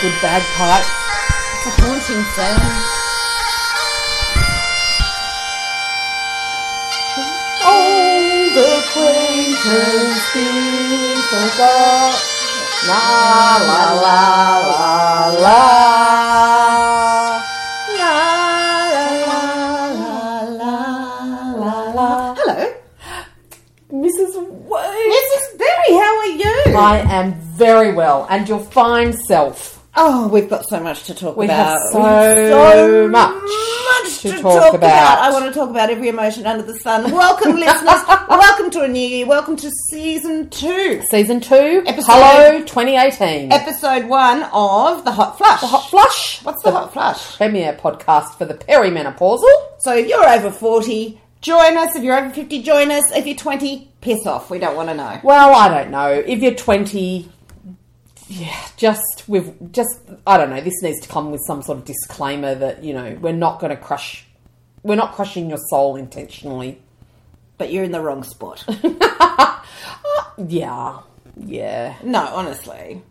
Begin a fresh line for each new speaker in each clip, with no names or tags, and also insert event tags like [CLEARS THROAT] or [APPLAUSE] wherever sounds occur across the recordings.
good bagpipe.
A haunting sound.
Old acquaintance be forgot. La la la la la. La la la la la la la. Hello, Mrs. Wade.
Mrs. Berry, how are you?
I am very well, and your fine self.
Oh, we've got so much to talk
We
about.
have so much
much
to talk about.
I want to talk about every emotion under the sun. Welcome, [LAUGHS] listeners. Welcome to a new year. Welcome to season two,
Season 2,
Episode-
Hello 2018.
episode one of the Hot Flush.
Hot Flush.
What's the, Hot Flush?
Premier podcast for the perimenopausal.
So, if you're over forty, join us. If you're over fifty, join us. If you're twenty, piss off. We don't want to know.
Well, I don't know. If you're 20, yeah, just we've just I don't know. This needs to come with some sort of disclaimer that you know we're not going to crush. We're not crushing your soul intentionally. [LAUGHS]
But you're in the wrong [LAUGHS] spot.
Yeah, yeah,
no, honestly.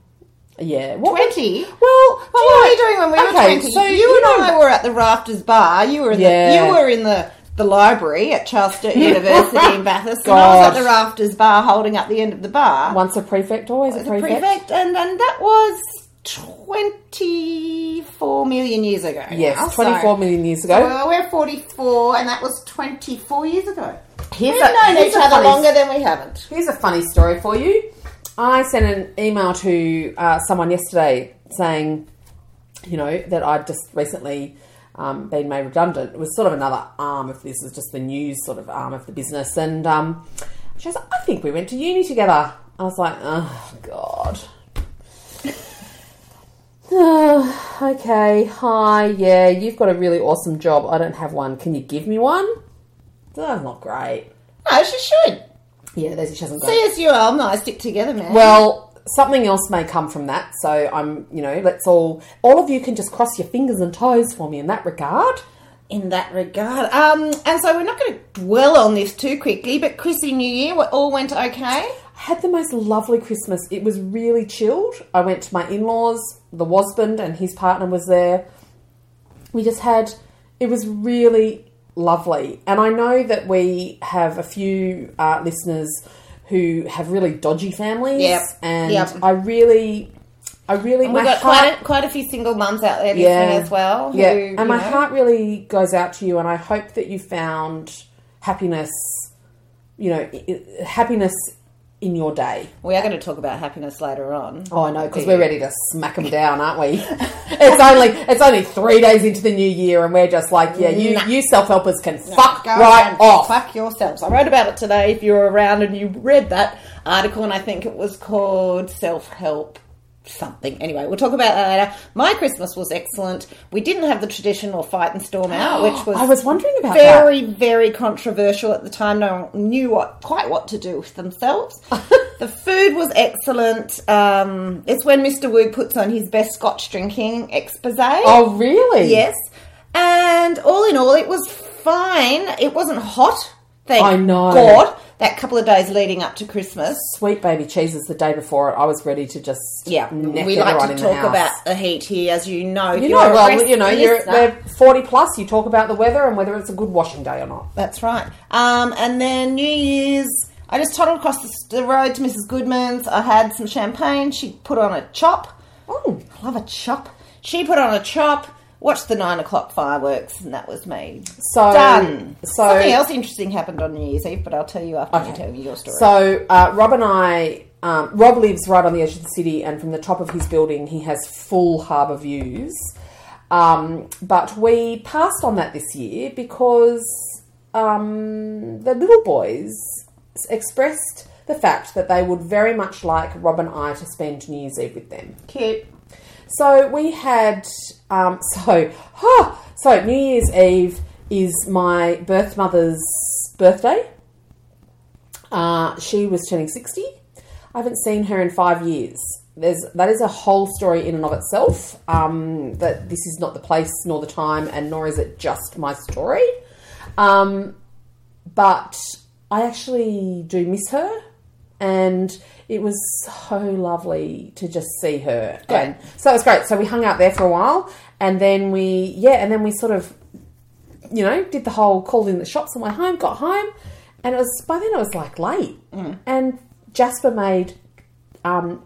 yeah. What
20?
Well, what
What were we doing when we were twenty?
So
you, and I were at the Rafters Bar. You were in
Yeah.
the you were in the, the library at Charles
[LAUGHS]
Sturt University in Bathurst, and I was
God.
at the Rafters Bar holding up the end of the bar.
once a prefect, always a
the
prefect.
prefect, and and that was twenty four million years ago. now,
Yes,
so-
twenty-four million years ago.
Well, we're forty four, and that was twenty four years ago.
Here's
We've
a-
known
here's
each
a
other
funny-
longer than we haven't.
Here's a funny story for you. I sent an email to uh, someone yesterday saying, you know, that I'd just recently um, been made redundant. It was sort of another arm of this, is just the news sort of arm of the business. And um, she was like, I think we went to uni together. I was like, oh, God. [SIGHS] "Oh, okay, hi, yeah, you've got a really awesome job. I don't have one. Can you give me one? That's not great.
No, she should.
Yeah, there's, she hasn't got it.
See us, you alumni stick together, man.
Well, something else may come from that. So I'm, you know, let's all, all of you can just cross your fingers and toes for me in that regard.
in that regard. Um, and so we're not going to dwell on this too quickly, but Chrissy New Year what- all went okay.
I had the most lovely Christmas. It was really chilled. I went to my in laws, the husband and his partner was there. We just had, it was really lovely. And I know that we have a few uh, listeners who have really dodgy families.
Yep.
And
Yep.
I really, I really,
We've
my
got
heart-
quite a, quite a few single mums out there listening as well. who,
yeah,
you
and my
know,
heart really goes out to you, and I hope that you found happiness. You know, i- i- happiness in your day.
We are going to talk about happiness later on.
Oh, I know, because we're ready to smack them down, aren't we? [LAUGHS] it's only it's only three days into the new year, and we're just like, yeah, you
Nah.
you self helpers can fuck
Go
right
and
off.
Fuck yourselves. I wrote about it today. If you were around and you read that article, and I think it was called Self Help something. Anyway, we'll talk about that later. My Christmas was excellent. We didn't have the traditional fight and storm
[GASPS]
out, which was
I was wondering about that.
very, very controversial at the time. No one knew what quite what to do
[LAUGHS]
with themselves. the food was excellent. Um, it's when Mr. Wu puts on his best Scotch drinking expose.
Oh, really?
Yes, and all in all, it was fine. It wasn't hot. Thank
I know.
God. That couple of days leading up to Christmas.
Sweet baby cheeses the day before it. I was ready to just
Yeah,
neck
Mm, we like
everyone
to
in the
talk
house.
about the heat here, as you know.
You know, well, you know, you're we're forty plus. You talk about the weather and whether it's a good washing day or not.
That's right. Um, and then New Year's, I just toddled across the, the road to Mrs. Goodman's. I had some champagne. She put on a chop.
Oh,
I love a chop. She put on a chop. Watched the nine o'clock fireworks, and that was me.
So-
done.
so-
something else interesting happened on New Year's Eve, but I'll tell you after you
Okay.
tell me your story.
So uh, Rob and I, um, Rob lives right on the edge of the city, and from the top of his building, he has full harbour views. Um, but we passed on that this year because um, the little boys expressed the fact that they would very much like Rob and I to spend New Year's Eve with them.
cute.
So we had um, [LAUGHS] so huh, so New Year's Eve is my birth mother's birthday. Uh, she was turning sixty. I haven't seen her in five years. There's that is a whole story in and of itself. Um, that this is not the place nor the time, and nor is it just my story. Um, but I actually do miss her. and it was so lovely to just see her.
Great.
And so it was great. So we hung out there for a while, and then we yeah, and then we sort of you know did the whole called in the shops on the way home, got home, and it was by then it was like late, and Jasper made um,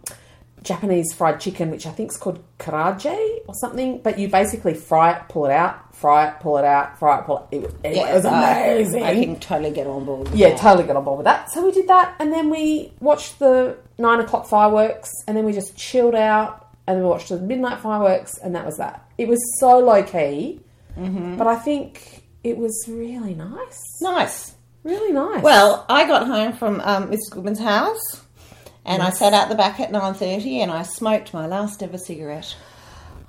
Japanese fried chicken, which I think is called karaage or something. But you basically fry it, pull it out, fry it, pull it out, fry it, pull it. It, was- it
uh,
was amazing.
I, I can totally get on board. with
Yeah,
that.
totally got on board with that. So we did that, and then we watched the nine o'clock fireworks, and then we just chilled out, and then we watched the midnight fireworks, and that was that. It was so low key,
Mm-hmm.
but I think it was really nice.
nice.
Really nice.
Well, I got home from um, Mrs. Goodman's house, and I sat out the back at nine thirty, and I smoked my last ever cigarette.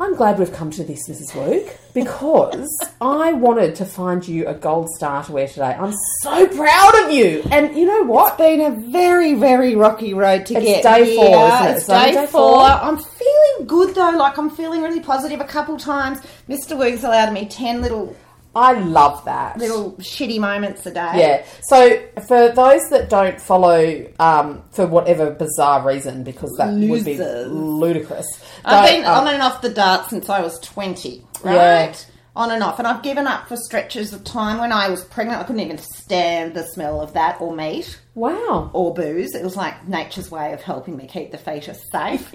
I'm glad we've come to this, Mrs. Luke,
[LAUGHS]
because I wanted to find you a gold star to wear today. I'm so proud of you. And you know what?
Been a very, very rocky road to get
day
here.
four, isn't it?
It's
It's only
day,
day
4
four.
I'm feeling good though. Like I'm feeling really positive. A couple times, Mr. Wiggs allowed me ten little
I love that.
little shitty moments a day.
Yeah. So for those that don't follow, um, for whatever bizarre reason, because that would be
Losers.
ludicrous.
I've
they-
been
um,
on and off the dart since I was 20, right?
Yeah.
On and off. And I've given up for stretches of time. When I was pregnant, I couldn't even stand the smell of that or meat
wow.
or booze. It was like nature's way of helping me keep the fetus
[LAUGHS]
safe.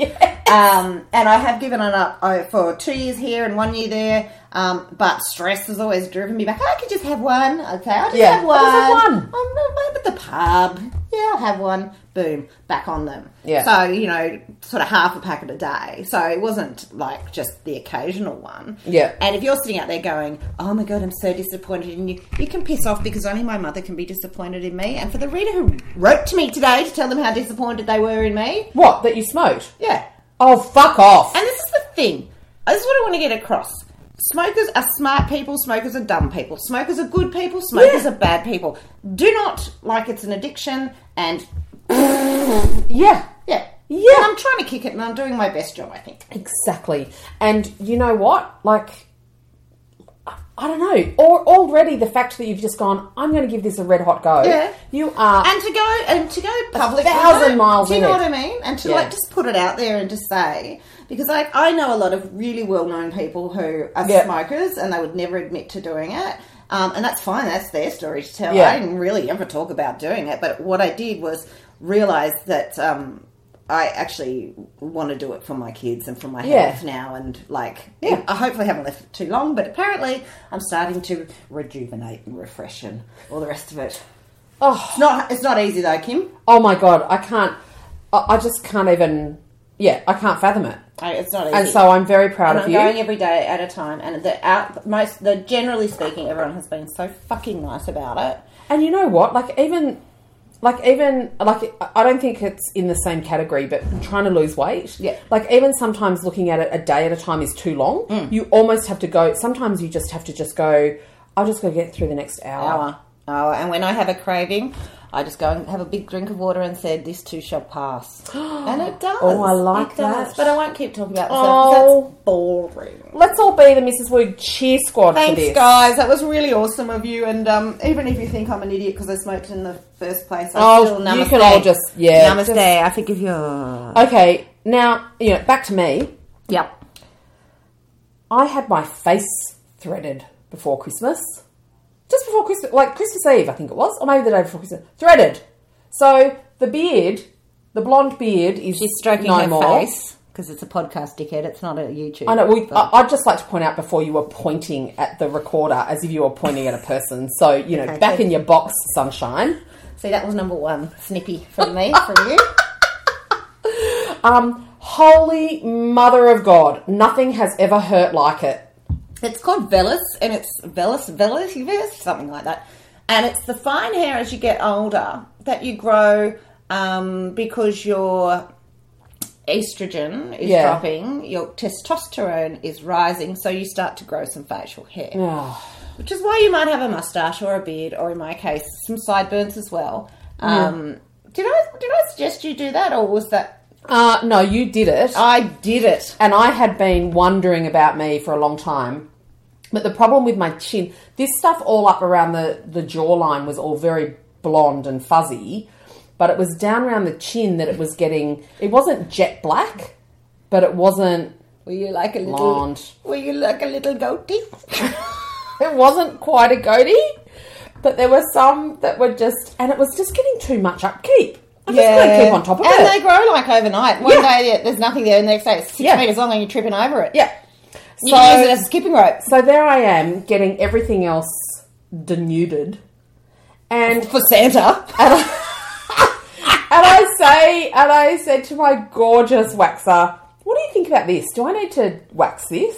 Um, and I have given it up oh, for two years here and one year there. Um, but stress has always driven me back. I could just have one. Okay, I'll just
Yeah,
have one.
I'll just have one.
I'm, I'm at the pub. Yeah, I'll have one. Boom, back on them.
Yeah.
So you know, sort of half a packet a day. So it wasn't like just the occasional one.
Yeah.
And if you're sitting out there going, "Oh my god, I'm so disappointed in you," you can piss off because only my mother can be disappointed in me. And for the reader who wrote to me today to tell them how disappointed they were in me,
What that you smoked?
yeah,
Oh, fuck off.
and this is the thing. This is what I want to get across. Smokers are smart people. Smokers are dumb people. Smokers are good people. Smokers are bad people. Do not like it's an addiction. And
yeah.
yeah,
Yeah.
And I'm trying to kick it, and I'm doing my best job. I think.
Exactly. And you know what? Like, I- I don't know. Or already the fact that you've just gone, I'm going to give this a red hot go.
Yeah.
You are.
And to go and to go public,
thousand
with it.
miles
Do you
in
know
it.
what I mean? And to
Yeah.
like just put it out there and just say because like I know a lot of really well-known people who are
Yeah.
smokers and they would never admit to doing it. Um, and that's fine. That's their story to tell.
Yeah.
I didn't really ever talk about doing it, but what I did was realize that um, I actually want to do it for my kids and for my
Yeah.
health now. And like, I hopefully haven't left it too long, but apparently I'm starting to rejuvenate and refresh and all the rest of it.
oh,
It's not. It's not easy though, Kim.
oh my God. I can't. I, I just can't even. Yeah, I can't fathom it.
I- It's not easy.
And so I'm very proud
And
of
I'm
you.
going every day at a time, and the out most the generally speaking, everyone has been so fucking nice about it.
And you know what? Like even, like even like I don't think it's in the same category. But trying to lose weight,
Yeah.
Like even sometimes looking at it a day at a time is too long.
Mm.
You almost have to go. Sometimes you just have to just go. I'll just go get through the next hour.
Hour, hour, and when I have a craving, I just go and have a big drink of water and said, "This too shall pass," [GASPS] and it does.
Oh, I like
it does.
that.
But I won't keep talking about myself.
Oh.
that's boring.
Let's all be the Mrs. Wood cheer squad for
Thanks,
this.
guys. That was really awesome of you. And um, even if you think I'm an idiot because I smoked in the first place, I
Oh,
still namaste.
you can all just yeah.
namaste.
just-
I forgive you.
okay, now you know. Back to me.
Yep.
I had my face threaded before Christmas. Just before Christmas, like Christmas Eve, I think it was, or maybe the day before Christmas. Threaded. So the beard, the blonde beard is
She's stroking
no
her
more.
face because it's a podcast, dickhead. It's not a YouTube.
I know. We, I, I'd just like to point out before you were pointing at the recorder as if you were pointing at a person. So you know,
Okay,
back
good.
in your box, sunshine.
See, that was number one snippy from [LAUGHS] me, from you.
Um, holy mother of God, nothing has ever hurt like it.
It's called vellus, and it's vellus, vellus, vellus, something like that. And it's the fine hair as you get older that you grow um, because your estrogen is
Yeah.
dropping, your testosterone is rising, so you start to grow some facial hair.
Oh,
which is why you might have a mustache or a beard, or in my case, some sideburns as well. Um, Did I did I suggest you do that, or was that
Uh, no, you did it.
I did it?
and I had been wondering about me for a long time. But the problem with my chin, this stuff all up around the, the jawline was all very blonde and fuzzy. but it was down around the chin that it was getting. It wasn't jet black, but it wasn't.
Were you like a little?
Blonde.
Were you like a little goatee? [LAUGHS]
It wasn't quite a goatee, but there were some that were just, and it was just getting too much upkeep. I just couldn't keep on top of
and
it.
they grow like overnight. One
Yeah.
day yeah, there's nothing there, and the next day it's six
Yeah.
meters long, and you're tripping over it.
yeah.
you can use it as a skipping rope
So there I am getting everything else denuded. And
for Santa.
and I say and I said to my gorgeous waxer, What do you think about this? Do I need to wax this?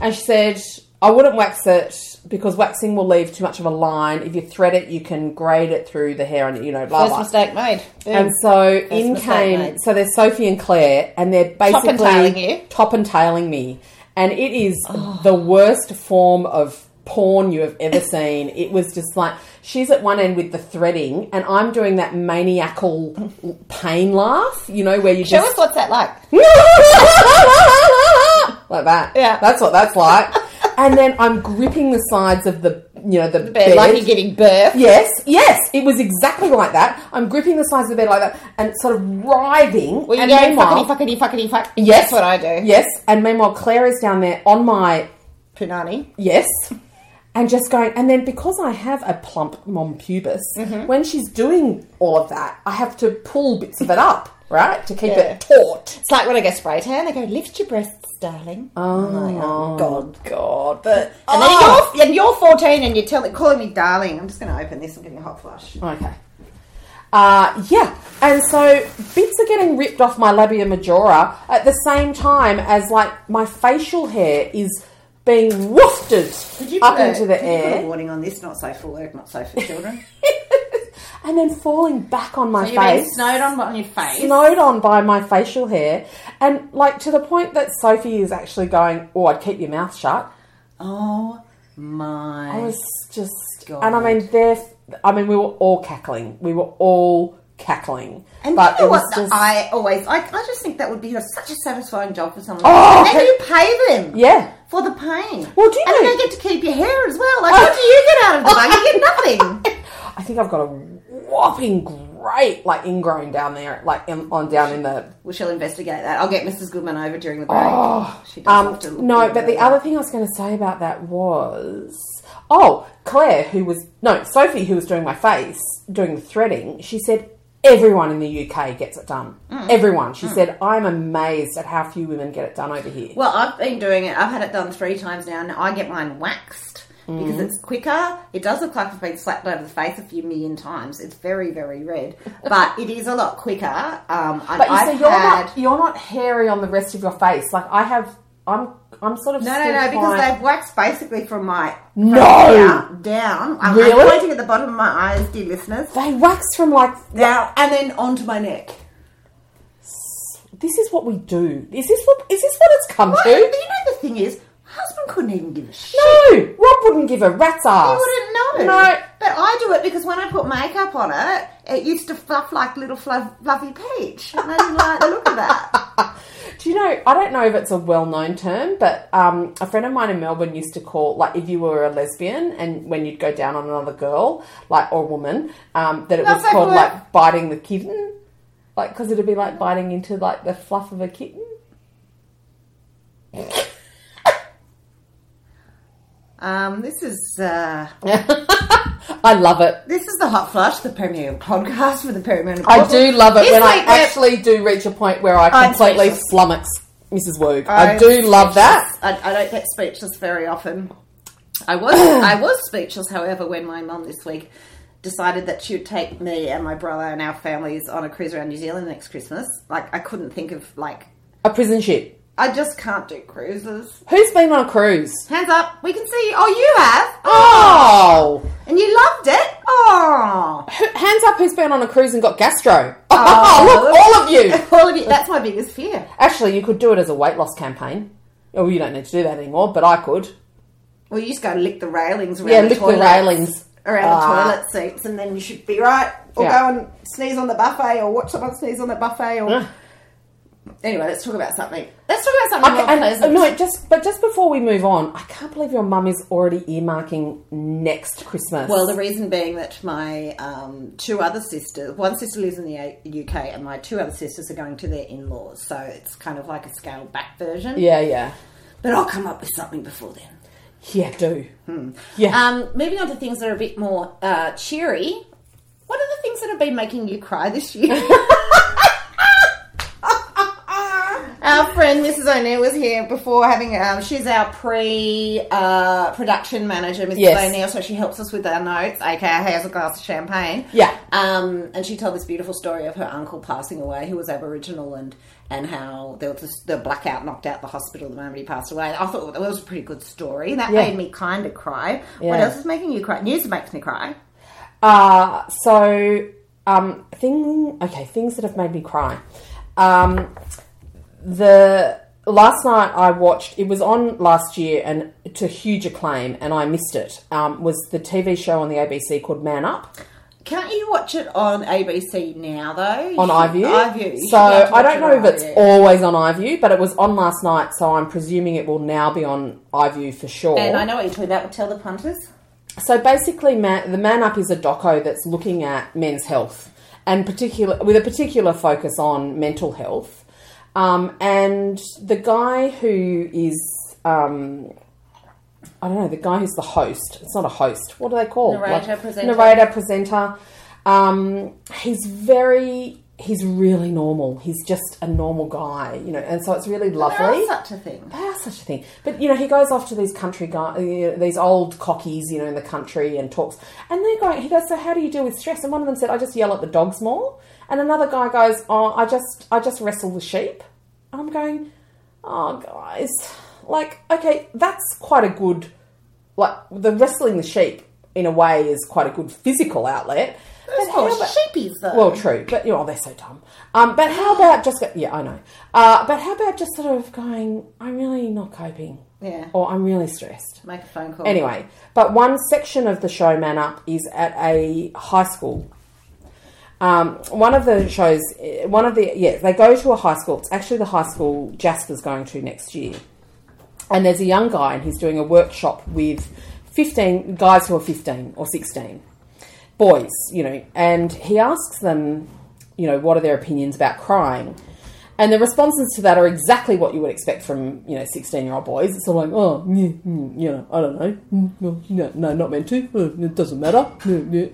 And she said, I wouldn't wax it because waxing will leave too much of a line. If you thread it you can grade it through the hair and you know, blah [LAUGHS]
First
blah.
mistake made. Boom.
And so in
mistake
came
made.
so there's Sophie and Claire, and they're basically
and tailing you. Oh.
top and tailing me, and it is the worst form of porn you have ever [LAUGHS] seen. It was just like she's at one end with the threading, and I'm doing that maniacal pain laugh, you know, where you
Show
just
us what's that like.
[LAUGHS] like that.
Yeah.
that's what that's like. and then I'm gripping the sides of the you know the,
Bed, like you're giving birth.
Yes, yes, it was exactly like that. I'm gripping the sides of the bed like that and sort of writhing.
Well, you
and
go fuckity fuckity fuckity fuck.
yes,
That's what I do.
Yes, and meanwhile Claire is down there on my
Punani.
yes, and just going. And then because I have a plump mom pubis,
Mm-hmm.
when she's doing all of that, I have to pull bits of it up, right, to keep
Yeah.
it taut.
It's like when I go spray tan, they go, lift your breasts, darling. Oh, God.
God, but Oh,
And then you're, and you're 14 and you're telling, calling me darling. I'm just going to open this. I'm getting a hot flush.
Okay. Uh, yeah, and so bits are getting ripped off my labia majora at the same time as like my facial hair is being wafted
Could you
up
put a-
into the
could you put a
air
warning on this. Not safe for work, not safe for children.
[LAUGHS] and then falling back on my
You're being
face,
snowed on on your face.
snowed on by my facial hair, and like to the point that Sophie is actually going, "Oh, I'd keep your mouth shut."
Oh my.
I was just,
God.
and I mean, there, I mean, we were all cackling, we were all cackling,
And
but
you know
it
what?
was
that
just,
I always, I, I just think that would be a, such a satisfying job for someone.
Oh,
and then you pay them
yeah.
for the pain.
Well, do you
and then
know- Oh.
they get to keep your hair as well. Like, what do you get out of the bag? You
[LAUGHS]
get nothing.
I think I've got a whopping great like ingrown down there, like in, on down in the.
We shall investigate that. I'll get Mrs. Goodman over during the break. she does
Um,
have to look
no,
really
but the
good.
other thing I was going to say about that was oh Claire, who was no Sophie, who was doing my face, doing the threading. She said everyone in the UK gets it done.
Mm.
Everyone. She said I'm amazed at how few women get it done over here.
Well, I've been doing it. I've had it done three times now, and I get mine waxed
Mm-hmm.
because it's quicker. It does look like I've been slapped over the face a few million times. It's very, very red, but it is a lot quicker. Um, and
but you
I've
see, you're
had.
not you're not hairy on the rest of your face. Like I have, I'm I'm sort of
No, no,
still
no, because
quite-
they've waxed basically from my
no.
down. down. I'm,
Really?
I'm pointing at the bottom of my eyes, dear listeners.
They waxed from like
Now and then onto my neck.
this is what we do. Is this what is this what it's come
What? But you
to?
know the thing is, my husband couldn't even give a shit.
No, Rob wouldn't give a rat's ass.
I wouldn't know.
No.
But I do it because when I put makeup on it, it used to fluff like little fluff, fluffy peach. And I didn't like the look of that.
[LAUGHS] Do you know? I don't know if it's a well-known term, but um, a friend of mine in Melbourne used to call like if you were a lesbian and when you'd go down on another girl, like or woman, um, that it was
That's
called
like-
like biting the kitten, like because it'd be like biting into like the fluff of a
[LAUGHS]
kitten.
Um, this is uh,
I love it.
this is the Hot Flush, the premier podcast for the premier.
I do love it
This
when I
week we're-
actually do reach a point where I
I'm
completely
speechless.
flummox Mrs. Woog.
I'm
I do love that.
speechless. I, I don't get speechless very often.
[COUGHS]
I was I was speechless, however, when my mum this week decided that she would take me and my brother and our families on a cruise around New Zealand next Christmas. Like I couldn't think of like
A prison ship.
I just can't do cruises.
Who's been on a cruise?
Hands up, we can see. Oh, you have.
Oh!
and you loved it. Oh, [LAUGHS]
Who- Hands up who's been on a cruise and got gastro. [LAUGHS] Oh, look, all of you.
all of you. That's my biggest fear.
Actually, you could do it as a weight loss campaign. Oh, you don't need to do that anymore, but I could.
Well, you just got to lick the railings around
Yeah,
the
lick the
toilets.
railings.
around
Ah.
the toilet seats, and then you should be right, or
Yeah.
go and sneeze on the buffet, or watch someone sneeze on the buffet, or Anyway, let's talk about something. Let's talk about something
Okay,
more pleasant.
and, no, just but just before we move on, I can't believe your mum is already earmarking next Christmas.
Well, the reason being that my um, two other sisters, one sister lives in the A- UK, and my two other sisters are going to their in laws. So it's kind of like a scaled back version.
yeah, yeah,
But I'll come up with something before then.
yeah, do yeah.
Um, moving on to things that are a bit more uh, cheery. What are the things that have been making you cry
[LAUGHS]
this year? our friend Mrs. O'Neill was here before having. Um, she's our pre-production manager, Mrs.
Yes.
O'Neill, so she helps us with our notes. Okay, has a glass of champagne.
Yeah.
Um, and she told this beautiful story of her uncle passing away, who was Aboriginal, and and how there was this, the blackout knocked out the hospital the moment he passed away. I thought that was a pretty good story, and that
Yeah.
made me kind of cry. What
Yeah.
else is making you cry? News makes me cry.
Uh, so, um, thing, okay, things that have made me cry. Um, the last night I watched, it was on last year and to huge acclaim, and I missed it. Um, was the TV show on the ABC called Man Up
Can't you watch it on ABC now though?
on iView?
iView. You
So
should be able to
I
watch
don't know
it
if
on
it's
iView.
always on iView, but it was on last night, so I'm presuming it will now be on iView for sure.
And I know what you're talking about. Tell the punters.
So basically, man, the Man Up is a doco that's looking at men's health, and particular with a particular focus on mental health. Um, and the guy who is, um, I don't know, the guy who's the host. It's not a host. What do they call
Narrator, presenter.
Narrator presenter. Um, he's very. He's really normal. He's just a normal guy, you know, and so it's really lovely.
There is such a thing.
They are such a thing. But you know, he goes off to these country guys, you know, these old cockies, you know, in the country, and talks. And they're going. He goes, "So how do you deal with stress?" And one of them said, "I just yell at the dogs more." And another guy goes, "Oh, I just, I just wrestle the sheep." And I'm going, "Oh, guys, like, okay, that's quite a good, like, the wrestling the sheep in a way is quite a good physical outlet." But
Oh,
how about-
sheepies though.
well, true, but you know they're so dumb. Um, but how about just go, yeah, I know. Uh, but how about just sort of going? I'm really not coping,
yeah.
or I'm really stressed.
Make a phone call.
Anyway, but one section of the show Man Up is at a high school. Um, one of the shows, eh, one of the yeah, they go to a high school. It's actually the high school Jasper's going to next year, and there's a young guy, and he's doing a workshop with fifteen guys who are fifteen or sixteen boys, you know, and he asks them, you know, what are their opinions about crying? And the responses to that are exactly what you would expect from, you know, 16 year old boys. It's all like, oh, yeah, mm, you know, I don't know. Mm, no, no, no, not meant to. Uh, It doesn't matter. Yeah, yeah.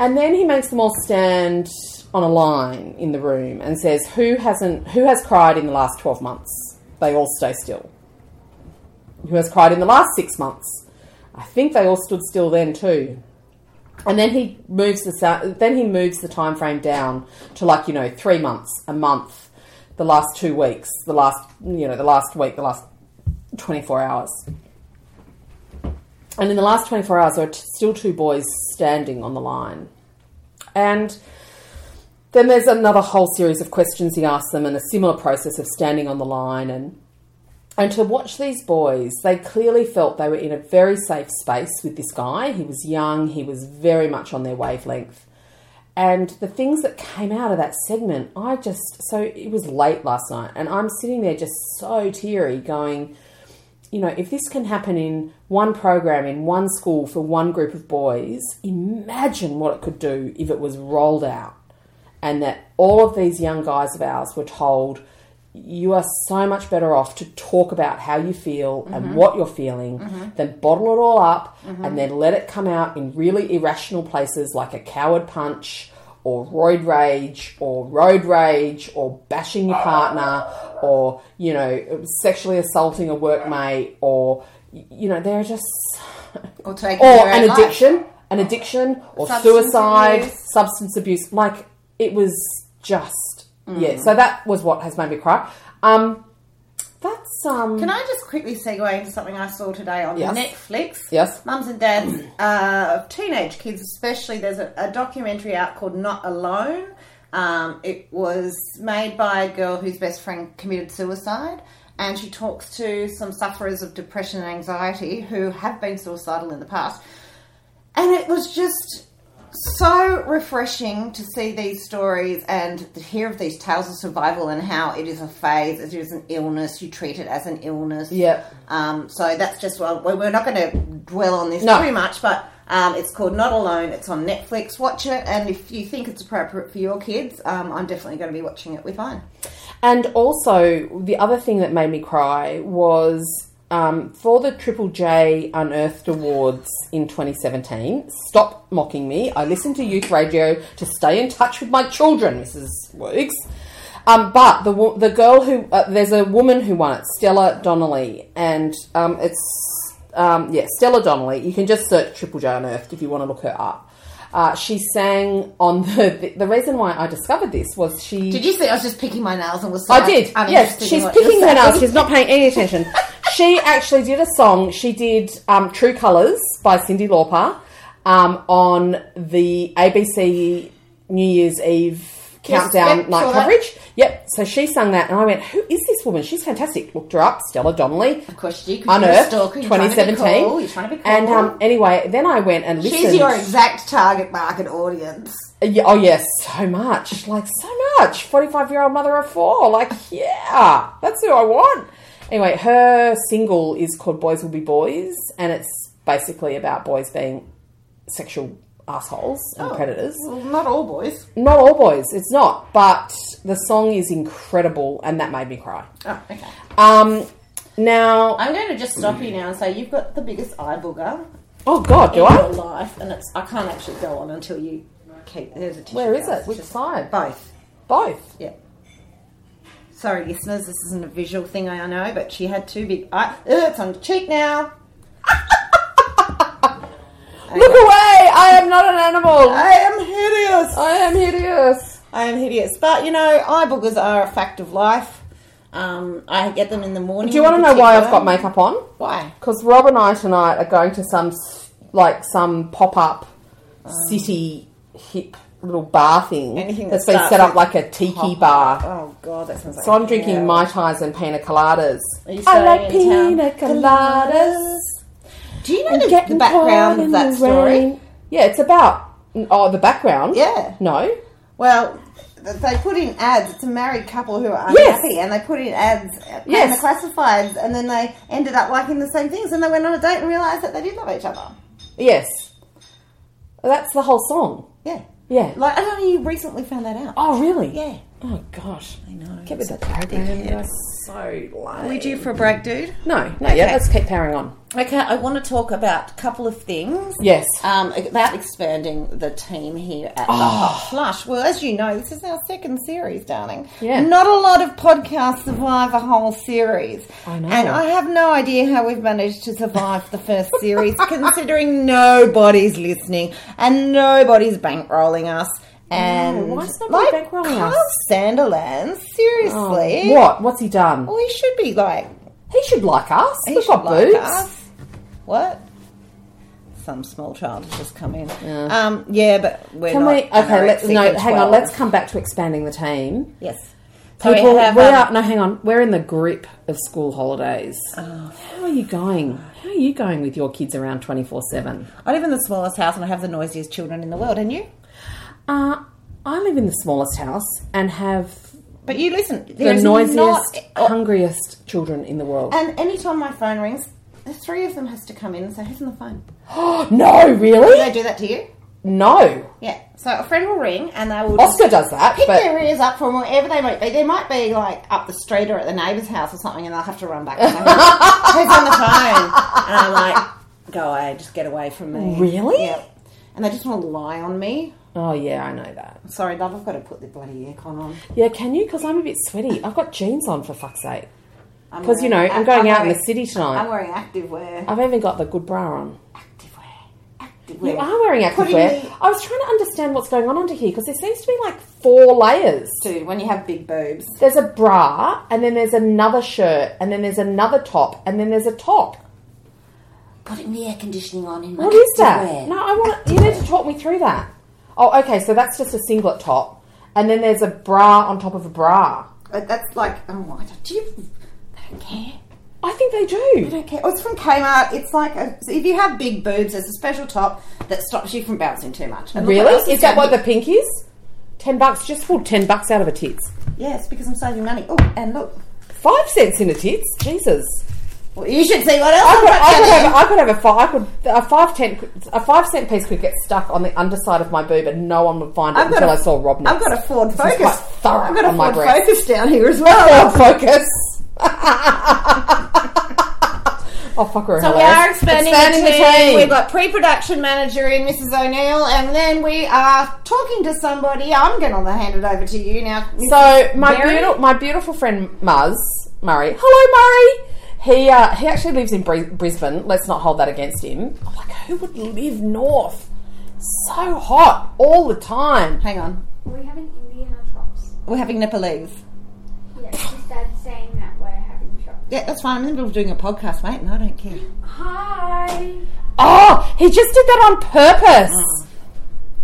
And then he makes them all stand on a line in the room and says, who hasn't, who has cried in the last 12 months? They all stay still. Who has cried in the last six months? I think they all stood still then too and then he moves the sou- then he moves the time frame down to like you know three months, a month, the last two weeks, the last you know the last week, the last twenty four hours. And in the last twenty four hours, there are t- still two boys standing on the line, and then there's another whole series of questions he asks them, and a similar process of standing on the line and. And to watch these boys, they clearly felt they were in a very safe space with this guy. He was young, he was very much on their wavelength. And the things that came out of that segment, I just, so it was late last night, and I'm sitting there just so teary going, you know, if this can happen in one program, in one school, for one group of boys, imagine what it could do if it was rolled out. And that all of these young guys of ours were told, you are so much better off to talk about how you feel and what you're feeling than bottle it all up and then let it come out in really irrational places like a coward punch or roid rage or road rage or bashing your partner or you know sexually assaulting a workmate or y- you know there are just
Or take
or an addiction an addiction or
Substance
suicide
abuse.
substance abuse like it was just yeah
Mm.
so that was what has made me cry um that's um
Can I just quickly segue into something I saw today on
Yes.
Netflix?
Yes.
Mums and dads uh, of teenage kids, especially, there's a, a documentary out called Not Alone. Um, it was made by a girl whose best friend committed suicide, and she talks to some sufferers of depression and anxiety who have been suicidal in the past. And it was just so refreshing to see these stories and to hear of these tales of survival and how it is a phase, it is an illness, you treat it as an illness.
Yep.
Um, so that's just, well, we- we're not going to dwell on this
No.
too much, but um, it's called Not Alone. It's on Netflix. Watch it, and if you think it's appropriate for your kids, um, I'm definitely going to be watching it with mine.
And also, the other thing that made me cry was um, for the Triple J Unearthed Awards in 2017. Stop mocking me. I listen to youth radio to stay in touch with my children, Mrs. Works. Um, but the wo- the girl who uh, there's a woman who won it, Stella Donnelly, and um, it's um, yeah Stella Donnelly. You can just search Triple J Unearthed if you want to look her up. Uh, she sang on [LAUGHS] the, the the reason why I discovered this was she
Did you see? I was just picking my nails and was so
I did. Yes,
uninterested in
she's
what
picking
you're
her nails.
saying.
She's not paying any
[LAUGHS]
attention. she actually did a song. She did um, "True Colors" by Cindy Lauper um, on the ABC New Year's Eve countdown
Yes, yep,
night
saw that.
coverage. Yep. So she sang that, and I went, "Who is this woman? She's fantastic." Looked her up, Stella Donnelly.
Of course, you could
Unearthed,
Unearthed, stalker. You're trying to be
2017.
cool, You're trying to be cool.
And um, anyway, then I went and listened.
she's your exact target market audience.
Yeah, oh yes, so much, like so much. Forty-five year old mother of four, like yeah, that's who I want. Anyway, her single is called "Boys Will Be Boys," and it's basically about boys being sexual assholes and predators.
Well, not all boys.
Not all boys, it's not, but the song is incredible, and that made me cry.
Oh, okay.
Um, now,
I'm going to just stop you now and say you've got the biggest eye booger
oh god, do
in
I?
your life, and it's I can't actually go on until you keep. There's a tissue.
Where is
guys.
it? Which
Just
side?
Both.
Both.
Yeah. Sorry, listeners. This isn't a visual thing, I know, but she had two big. Eye- Ugh, it's on the cheek now.
Look away! I am not an animal.
I am hideous.
I am hideous.
I am hideous. But you know, eye boogers are a fact of life. Um, I get them in the morning.
Do you want to
in
know why I've got
particular.
makeup on?
Why?
Because Rob and I tonight are going to some s- like some pop up city hip little bar thing
Oh. Anything that
that's been
starts
set up
with
like a tiki
Pop-
bar.
Oh god, that sounds like.
So I'm drinking
hell.
mai tais and pina coladas.
Are you
I like
staying in
pina
town?
coladas.
Do you know the, the
Getting caught
background
in
of that
the
story?
rain. Yeah, it's about oh the background.
Yeah.
No.
Well, th- they put in ads. It's a married couple who are
Yes.
unhappy, and they put in ads uh, in the
Yes.
classifieds, and then they ended up liking the same things, and they went on a date and realised that they did love each other.
Yes. That's the whole song.
Yeah.
Yeah.
Like I don't know. You recently found that out.
Oh really?
Yeah.
Oh gosh.
I know.
Get with the
dickheads.
program. You're so lame.
We due for a break, dude?
No, no, yeah, let's keep powering on.
Okay, I want to talk about a couple of things.
Yes.
Um, about expanding the team here at the
Ah.
Hot Flush. Well, as you know, this is our second series, darling.
Yeah.
Not a lot of podcasts survive a whole series.
I know.
And I have no idea how we've managed to survive the first series, [LAUGHS] considering nobody's listening and nobody's bankrolling us. And
No, why is Oh, nobody
like,
bankrolling
Carl
us?
Sanderland, seriously.
Oh, What? What's he done?
Well, he should be like
He should like us.
he
We've
should
got
like
boobs.
us. What? Some small child has just come in.
Yeah.
Um, yeah, but we're
Can
not.
we? Okay, let's
anorexic
no.
and
Hang
12.
on. Let's come back to expanding the team.
Yes. So
People,
we have,
we
um,
are no. Hang on. We're in the grip of school holidays.
Oh,
How are you going? How are you going with your kids around twenty four seven?
I live in the smallest house and I have the noisiest children in the world, and you?
Uh I live in the smallest house and have
But you listen.
the
There's
noisiest,
Not,
hungriest children in the world.
and anytime my phone rings, the three of them has to come in and say, "Who's on the phone?" Uh,
no,
Do they
really?
do that to you?
No.
Yeah. So a friend will ring and they will. just-
Oscar does that,
pick
but
their ears up from wherever they might be. They might be like up the street or at the neighbour's house or something, and they'll have to run back. And they'll go, [LAUGHS] Who's on the phone? And I'm like, go away, just get away from me.
Really?
Yeah. And they just want to lie on me.
oh yeah, I know that.
Sorry, love, I've got to put the bloody aircon on.
Yeah, can you? Because I'm a bit sweaty. I've got jeans on for fuck's sake.
I'm
Because you know,
wearing-
I'm going out in
wearing-
the city
I'm
tonight.
wearing activewear.
I've even got the good bra on.
Activewear.
You
Activewear.
are wearing
Putting
activewear.
the-
I was trying to understand what's going on under here because there seems to be like four layers.
Dude, when you have big boobs.
There's a bra, and then there's another shirt, and then there's another top, and then there's a top.
Putting the air conditioning on in my
What is that?
activewear.
No, I want you need to talk me through that. Oh, okay. So that's just a singlet top, and then there's a bra on top of a bra.
But that's like, oh, I don't, do you, I don't care.
I think they do.
I don't care. Oh, it's from Kmart. It's like a, so if you have big boobs, there's a special top that stops you from bouncing too much. And look
Really?
else
Is that
down
what the
here.
pink is? Ten bucks. Just pulled ten bucks out of a tits.
Yeah, it's because I'm saving money. Oh, and look,
Five cents in a tits. Jesus.
well, you should see what else
I
I'm
could, I could
down
have,
here.
I could have a five. I could a five cent, a five cent piece could get stuck on the underside of my boob, and no one would find it
I've got
until
a-
I saw Rob.
I've got a Ford
This is quite
Focus.
thorough
I've got a
on my
Ford
breasts.
Focus down here as
Ford [LAUGHS]
well.
Focus. oh fuck her.
So we
hello.
are expanding,
Expanding
the, team. We've got pre-production manager in Mrs. O'Neill, and then we are talking to somebody. I'm going to hand it over to you now.
So my
Mary?
beautiful, my beautiful friend Muzz Murray. Hello, Murray. He uh, he actually lives in Bri- Brisbane. Let's not hold that against him. I'm like, who would live north? So hot all the time.
hang on.
We're having Indian or chops.
We're having Nepalese.
Yeah, just Dad's saying that we're having chops.
Yeah, that's fine. I'm in the middle of doing a podcast, mate, and I don't care.
Hi.
Oh, he just did that on purpose.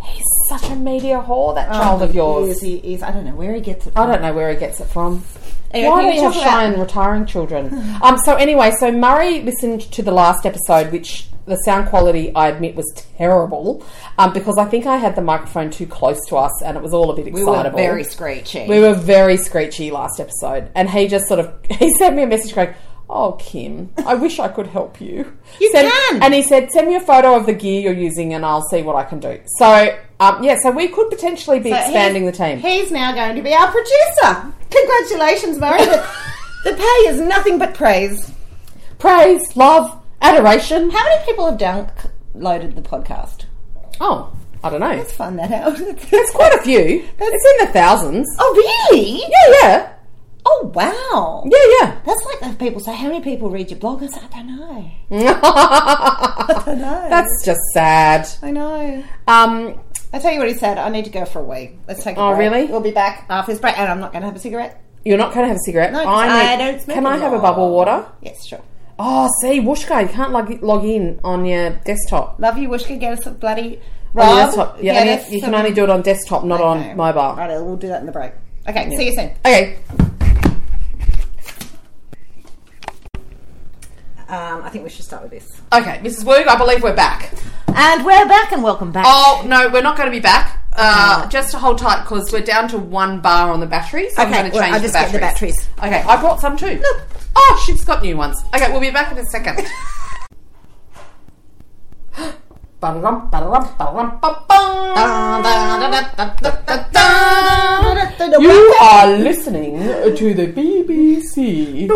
He's such a media whore. That child of yours.
Mm. Oh, Um, He is, he is. I don't know where he gets it.
I
From.
don't know where he gets it from.
Anyway,
Why
can
do
we
you have
talk about-
shy and retiring children? um, so anyway, so Murray listened to the last episode, which the sound quality, I admit, was terrible um, because I think I had the microphone too close to us, and it was all a bit
We were
excitable.
very screechy.
We were very screechy last episode, and he just sort of [LAUGHS] he sent me a message going, "Oh Kim, I wish I could help you.
You
Send-
can.
And he said, "Send me a photo of the gear you're using, and I'll see what I can do." So um, yeah, so we could potentially be
So
expanding the
he's-
team.
He's now going to be our producer. Congratulations, Murray.
[LAUGHS]
The, the pay is nothing but praise.
Praise, love, adoration.
How many people have downloaded the podcast?
Oh, I don't know.
Let's find that out. [LAUGHS]
It's quite a few. It's in the thousands.
oh, really?
Yeah, yeah.
Oh, wow.
Yeah,
That's like those people say, how many people read your blog? I say, I don't know.
yeah.
[LAUGHS] I know.
That's just sad.
I know.
Um,
I tell you what he said. I need to go for a wee. Let's take. A
Oh,
break.
really?
We'll be back after this break, and I'm not going to have a cigarette.
you're not going to have a cigarette.
No, 'cause
I,
I,
need-
don't. Smoke
Can I have a
anymore.
bubble water?
Yes, sure.
Oh, see, Wooshka, you can't log, log in on your desktop.
Love you, Wishka. Get us a bloody.
On
Rob,
your desktop. Oh, Yeah,
get
only-
us
you can
some-
only do it on desktop, not
Okay.
on mobile.
Right, we'll do that in the break. Okay, see you soon.
Okay.
Um, I think we should start with this.
Okay, Mrs. Woog, I believe we're back.
And we're back, and welcome back.
Oh, no, we're not going to be back. Uh, just to hold tight because we're down to one bar on the batteries. I'm
Okay,
going to
well,
change
I'll
the
just get the
batteries. Okay, I brought some too. Look. Oh, she's got new ones. Okay, we'll be back in a second. Ba-da-dum, ba-da-dum, ba-da-dum, ba-bum. You are listening to the BBC.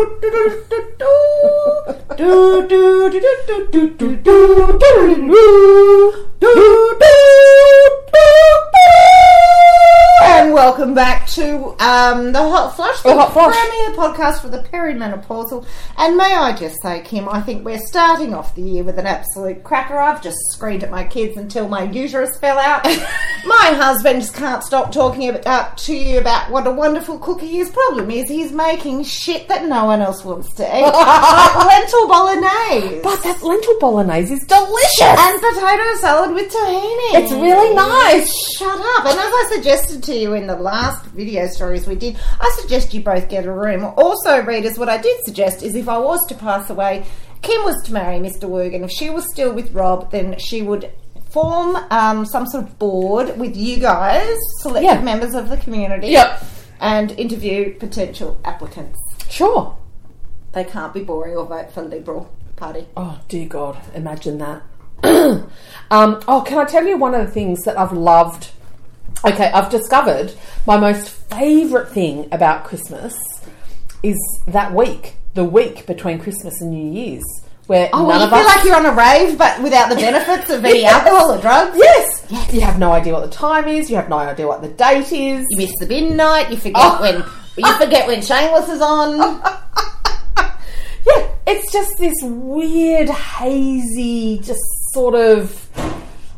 And welcome back to um, the Hot Flush, the,
Hot Flush.
premier podcast for the perimenopausal. And may I just say, Kim, I think we're starting off the year with an absolute cracker. I've just screamed at my kids until my uterus
[LAUGHS]
fell out. my husband just can't stop talking about, to you about what a wonderful cookie his problem is. He's making shit that no one else wants to
[LAUGHS]
eat, like lentil bolognese
But that lentil bolognese is delicious.
and potato salad with tahini.
It's really nice.
Shut up. And as I suggested to you in the last video stories we did, I suggest you both get a room. Also, readers, what I did suggest is if I was to pass away, Kim was to marry Mr. Woog, and if she was still with Rob, then she would form um, some sort of board with you guys, selected
Yeah.
members of the community,
Yep.
and interview potential applicants.
Sure.
They can't be boring or vote for Liberal Party.
Oh dear God, imagine that. [CLEARS THROAT] um, oh, can I tell you one of the things that I've loved? Okay, I've discovered my most favourite thing about Christmas is that week, the week between Christmas and New Year's, where
Oh,
none
well, you
of
feel
us.
like you're on a rave, but without the benefits of any
[LAUGHS] Yes.
alcohol or drugs.
yes! you have no idea what the time is. You have no idea what the date is.
You miss the bin night. You forget
Oh.
when you forget when Shameless is [LAUGHS] on.
Yeah, it's just this weird, hazy, just sort of.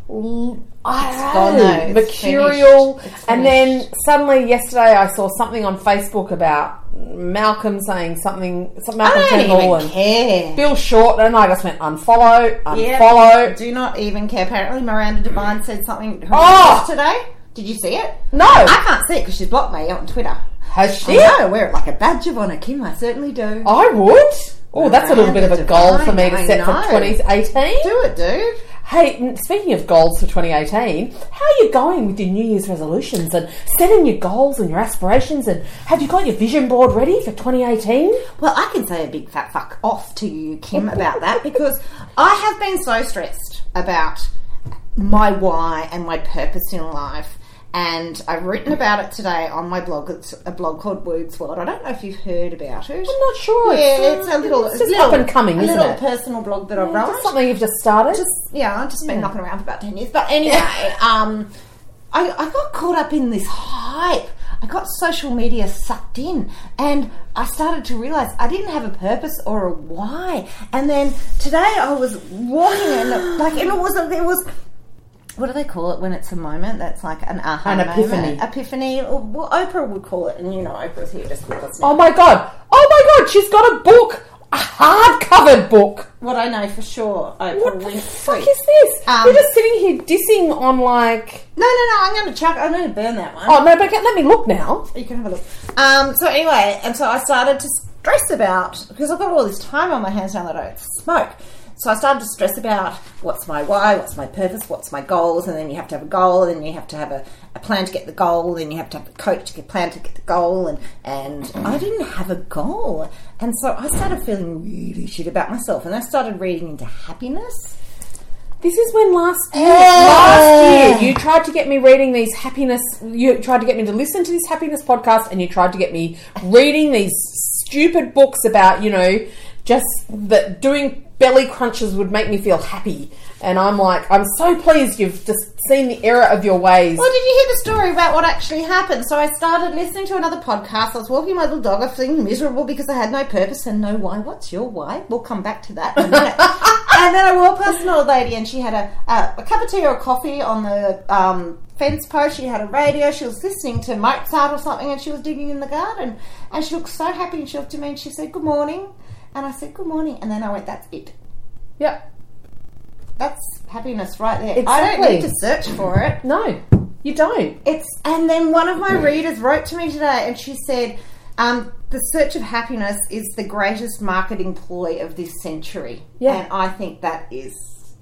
l- I
gone
don't know,
though, it's
mercurial.
finished, it's
And then suddenly yesterday I saw something on Facebook about Malcolm saying something, some-
I
Malcolm
don't
Turnbull
even
and
care.
Bill Short, and I just went unfollow,
Yeah.
unfollow.
Do not even care. Apparently, Miranda Devine said something horrendous
Oh.
today. Did you see it?
No!
I can't see it because she's blocked me on Twitter.
Has she?
I know, I wear it like a badge of honour, Kim. I certainly do.
I would. Oh, that's a little bit of a goal for me to
I
set for
know.
2018.
Do it, dude.
Hey, n- speaking of goals for 2018, how are you going with your New Year's resolutions and setting your goals and your aspirations? And have you got your vision board ready for 2018?
Well, I can say a big fat fuck off to you, Kim, about
[LAUGHS]
that because I have been so stressed about my why and my purpose in life. And I've written about it today on my blog. It's a blog called Words World. I don't know if you've heard about it.
I'm not sure. uh,
Yeah, it's a little,
it's just
little-
up and coming,
a
isn't
little
it?
personal blog that I
It's
wrote
just something you've just started.
yeah, I've just been knocking around for about 10 years. But [LAUGHS] anyway, um, I, I got caught up in this hype. I got social media sucked in and I started to realize I didn't have a purpose or a why. And then today I was walking and like, and it was, a- it was, what do they call it when it's a moment that's like an aha
An
moment?
epiphany.
Epiphany. Or, well, Oprah would call it, and you know Oprah's here just with us now.
oh my god! Oh my god! She's got a book, a hardcover book.
What I know for sure, Oprah
What the
Winfrey.
fuck is this?
Um,
We're just sitting here dissing on like.
No, no, no, I'm going to chuck, I'm going to burn that one.
Oh no! But let me look now.
You can have a look. Um, so anyway, and so I started to stress about because I've got all this time on my hands now that I don't smoke. So I started to stress about what's my why, what's my purpose, what's my goals, and then you have to have a goal, and then you have to have a, a plan to get the goal, then you have to have a coach to get plan to get the goal, and and I didn't have a goal, and so I started feeling really shit about myself, and I started reading into happiness.
This is when last year,
Yeah.
last year, you tried to get me reading these happiness. You tried to get me to listen to this happiness podcast, and you tried to get me reading these stupid books about you know just that doing belly crunches would make me feel happy. And I'm like, I'm so pleased you've just seen the error of your ways.
Well, did you hear the story about what actually happened? So I started listening to another podcast. I was walking my little dog. I was feeling miserable because I had no purpose and no why. What's your why? We'll come back to that in a minute. and then I walked past an old lady and she had a, a, a cup of tea or a coffee on the um, fence post. She had a radio. She was listening to Mozart or something and she was digging in the garden. And she looked so happy and she looked at me and she said, Good morning. And I said, Good morning. And then I went, That's it.
Yep.
That's happiness right there. I don't
Exactly.
need to search for it.
No, you don't.
It's and then one of my readers wrote to me today, and she said, um, "The search of happiness is the greatest marketing ploy of this century."
Yeah.
and I think that is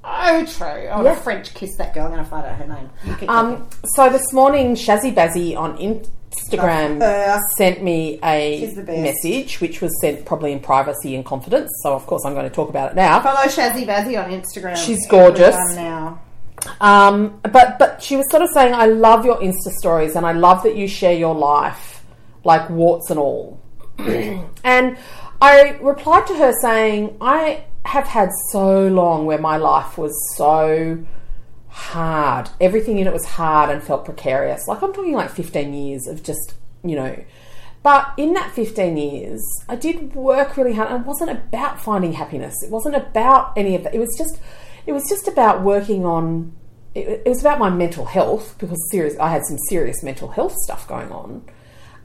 so true. I want
Yeah.
to French kiss that girl. I'm going to find out her name. You keep talking.
Um, so this morning, Shazzy Bazzy on Instagram
That's her.
sent me a
Uh, She's the best.
message, which was sent probably in privacy and confidence. So, of course, I'm going to talk about it now.
follow Shazzy Bazzy on Instagram.
She's gorgeous.
Everyone now.
Um, but but she was sort of saying, "I love your Insta stories, and I love that you share your life, like warts and all." [CLEARS THROAT] and I replied to her saying, "I have had so long where my life was so." hard. Everything in it was hard and felt precarious. Like I'm talking like 15 years of just, you know. But in that 15 years, I did work really hard and it wasn't about finding happiness. It wasn't about any of that. It was just it was just about working on it, it was about my mental health because serious I had some serious mental health stuff going on.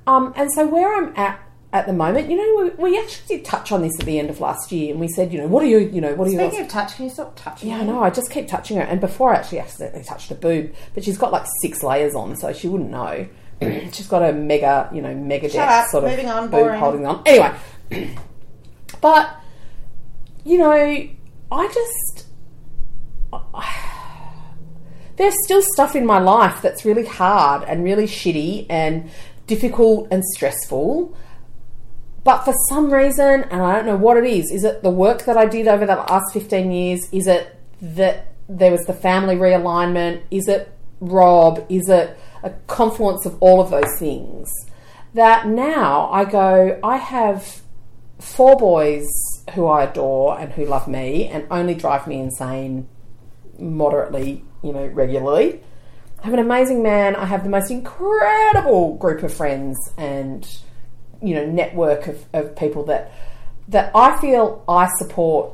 Um, and so where I'm at at the moment, you know, we, we actually did touch on this at the end of last year, and we said, you know, what are you, you know, what are you?
Speaking of touch, can you stop touching?
Yeah, I
me?
know. I just keep touching her, and before I actually accidentally touched a boob, but she's got like six layers on, so she wouldn't know. [CLEARS THROAT] she's got a mega, you know, mega
Shut
depth
up.
sort of
Moving on.
boob
Boring.
holding on. Anyway, [CLEARS THROAT] but you know, I just [SIGHS] there's still stuff in my life that's really hard and really shitty and difficult and stressful. But for some reason, and I don't know what it is, is it the work that I did over the last 15 years? Is it that there was the family realignment? Is it Rob? Is it a confluence of all of those things? That now I go, I have four boys who I adore and who love me and only drive me insane moderately, you know, regularly. I have an amazing man. I have the most incredible group of friends and, you know, network of, of people that that I feel I support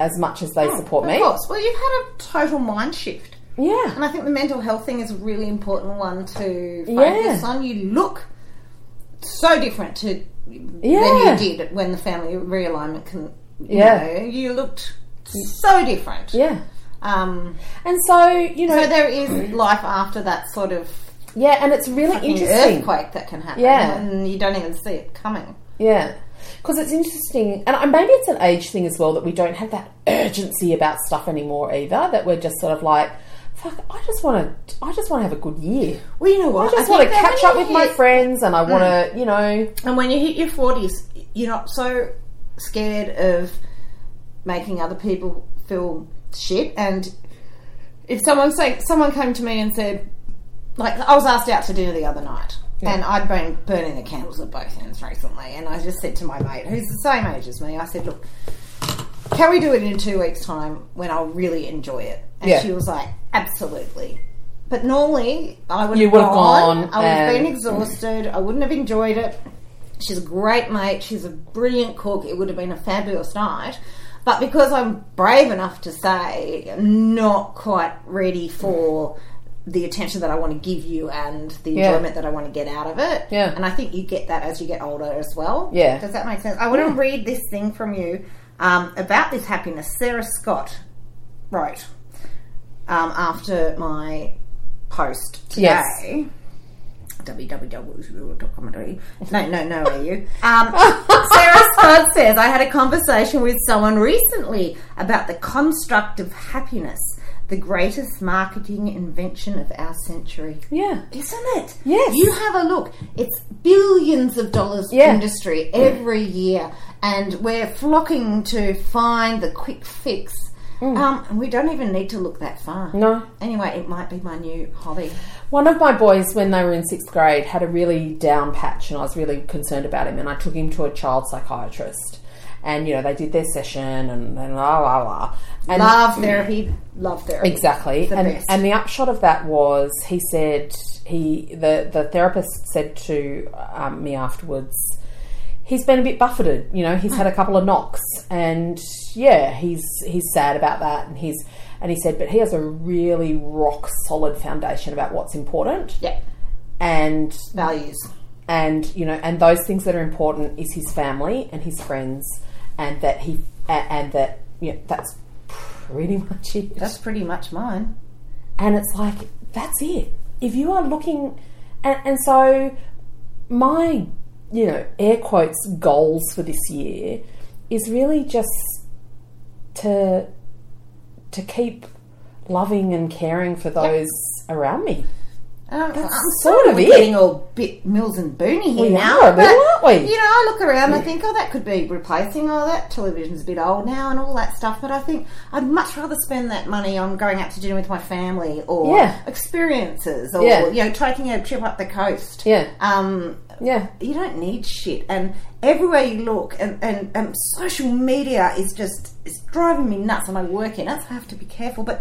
as much as they support
Of
me.
course. Well, you've had a total mind shift.
Yeah.
And I think the mental health thing is a really important one to
Yeah.
focus on. You look so different to
Yeah.
than you did when the family realignment can. You
Yeah.
know, you looked so different.
Yeah.
Um,
And so, you know,
so there is life after that sort of
yeah, and it's really interesting.
earthquake that can happen,
Yeah.
and you don't even see it coming.
Yeah. because it's interesting, and I- maybe it's an age thing as well that we don't have that urgency about stuff anymore either. That we're just sort of like, fuck, I just want to, I just want to have a good year.
Well, you know
I
what?
just
think
want to
that
catch
when
up
you
with my
hit-
friends, and I want to, you know,
And when you hit your forties, you're not so scared of making other people feel shit. And if someone say someone came to me and said, like I was asked out to dinner the other night, and I'd been burning the candles at both ends recently, and I just said to my mate, who's the same age as me, I said, look, can we do it in two weeks' time when I'll really enjoy it? And
Yeah.
she was like, absolutely. But normally, I would
You
have
would have
gone.
gone
I would have
and-
been exhausted. I wouldn't have enjoyed it. She's a great mate. She's a brilliant cook. It would have been a fabulous night. But because I'm brave enough to say I'm not quite ready for the attention that I want to give you and the
Yeah.
enjoyment that I want to get out of it.
Yeah.
And I think you get that as you get older as well.
Yeah.
Does that make sense? I want to read this thing from you um, about this happiness. Sarah Scott wrote um, after my post today
Yes.
www.comedy. No, no, no, are you? Um, Sarah Scott says, I had a conversation with someone recently about the construct of happiness, the greatest marketing invention of our century.
yeah,
Isn't it?
Yes.
You have a look. It's billions of dollars
Yeah.
industry every year, and we're flocking to find the quick fix. Um, and we don't even need to look that far.
Mm. no.
Anyway, it might be my new hobby.
One of my boys, when they were in sixth grade, had a really down patch, and I was really concerned about him. And I took him to a child psychiatrist, and you know they did their session and, and la la la. And
love therapy. Love therapy.
Exactly.
The
and
best.
and the upshot of that was he said he the the therapist said to um, me afterwards he's been a bit buffeted, you know, he's
Hmm.
had a couple of knocks and yeah, he's he's sad about that and he's and he said but he has a really rock solid foundation about what's important
Yeah.
and
Values.
and you know and those things that are important is his family and his friends and that he a- and that you know, that's pretty [LAUGHS] much it
That's pretty much mine.
and it's like that's it if you are looking and, and so my you know air quotes goals for this year is really just to to keep loving and caring for those around me
Um, I'm
sort of
we're
it.
getting all bit Mills and Booney here
We
now,
are a bit,
but,
aren't we?
You know, I look around, I think, oh, that could be replacing all that. Television's a bit old now and all that stuff, but I think I'd much rather spend that money on going out to dinner with my family or
Yeah.
experiences or
Yeah.
you know taking a trip up the coast.
Yeah.
Um,
yeah
you don't need shit and everywhere you look and, and, and social media is just it's driving me nuts and i work in it so i have to be careful but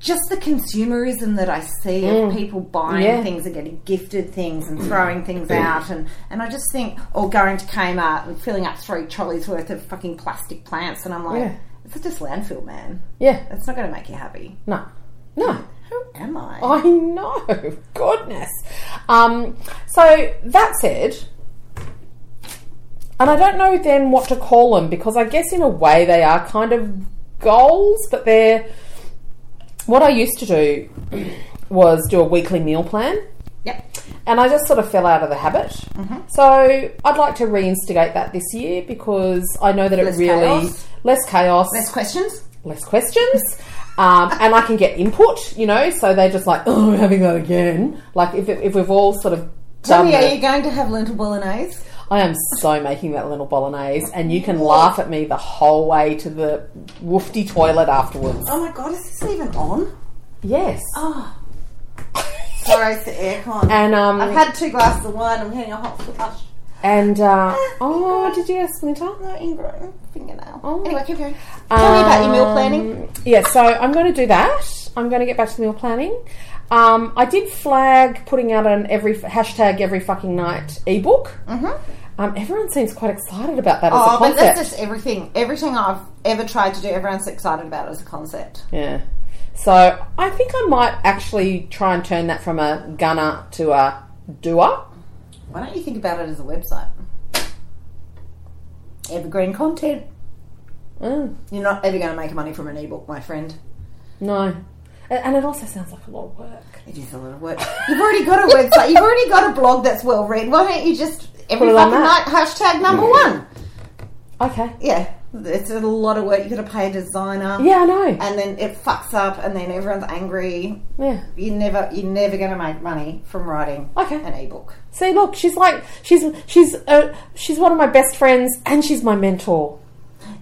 just the consumerism that i see of people buying
Mm. Yeah. Mm.
things and getting gifted things and throwing things out and, and i just think or going to kmart and filling up three trolleys worth of fucking plastic plants and i'm like
Yeah.
it's just landfill man
yeah
it's not going to make you happy
no no
who am i
I know. [LAUGHS] Goodness. Um, so that said, and I don't know then what to call them because I guess in a way they are kind of goals, but they're what I used to do [CLEARS THROAT] was do a weekly meal plan
yep
and I just sort of fell out of the habit.
Mm-hmm.
So I'd like to reinstigate that this year because I know that
Less
it really
chaos.
less chaos,
next questions
less questions. Um, and I can get input, you know, so they're just like, oh, we're having that again. Like, if, if we've all sort of
Tell
done
me, are
that,
you going to have lentil bolognese?
I am so making that little bolognese, and you can laugh at me the whole way to the woofty toilet afterwards.
Oh my god, is this even on?
Yes.
Oh. Sorry, it's the aircon.
And, um,
I've had two glasses of wine. I'm getting a hot flush.
and, uh, oh, did you get a splinter?
No ingrown fingernail.
Oh.
Anyway, keep going. Tell me about your meal planning.
Um, Yeah, so I'm going to do that. I'm going to get back to the meal planning. Um, I did flag putting out an every hashtag every fucking night ebook. Mm-hmm. Um, everyone seems quite excited about that as a
Oh, but
concept.
that's just everything. Everything I've ever tried to do, everyone's excited about it as a concept.
Yeah. So I think I might actually try and turn that from a gunner to a doer.
Why don't you think about it as a website? Evergreen content.
Mm,
You're not ever going to make money from an ebook, my friend.
no. A- And it also sounds like a lot of work.
[LAUGHS] It is a lot of work. You've already got a website. You've already got a blog that's well read. Why don't you just every
Put it on
fucking night. Hashtag number one.
Okay.
Yeah, it's a lot of work. You've got to pay a designer.
Yeah, I know.
And then it fucks up, and then everyone's angry.
Yeah.
You never, you're never going to make money from writing
Okay.
an ebook.
See, look, she's like she's she's uh, she's one of my best friends, and she's my mentor.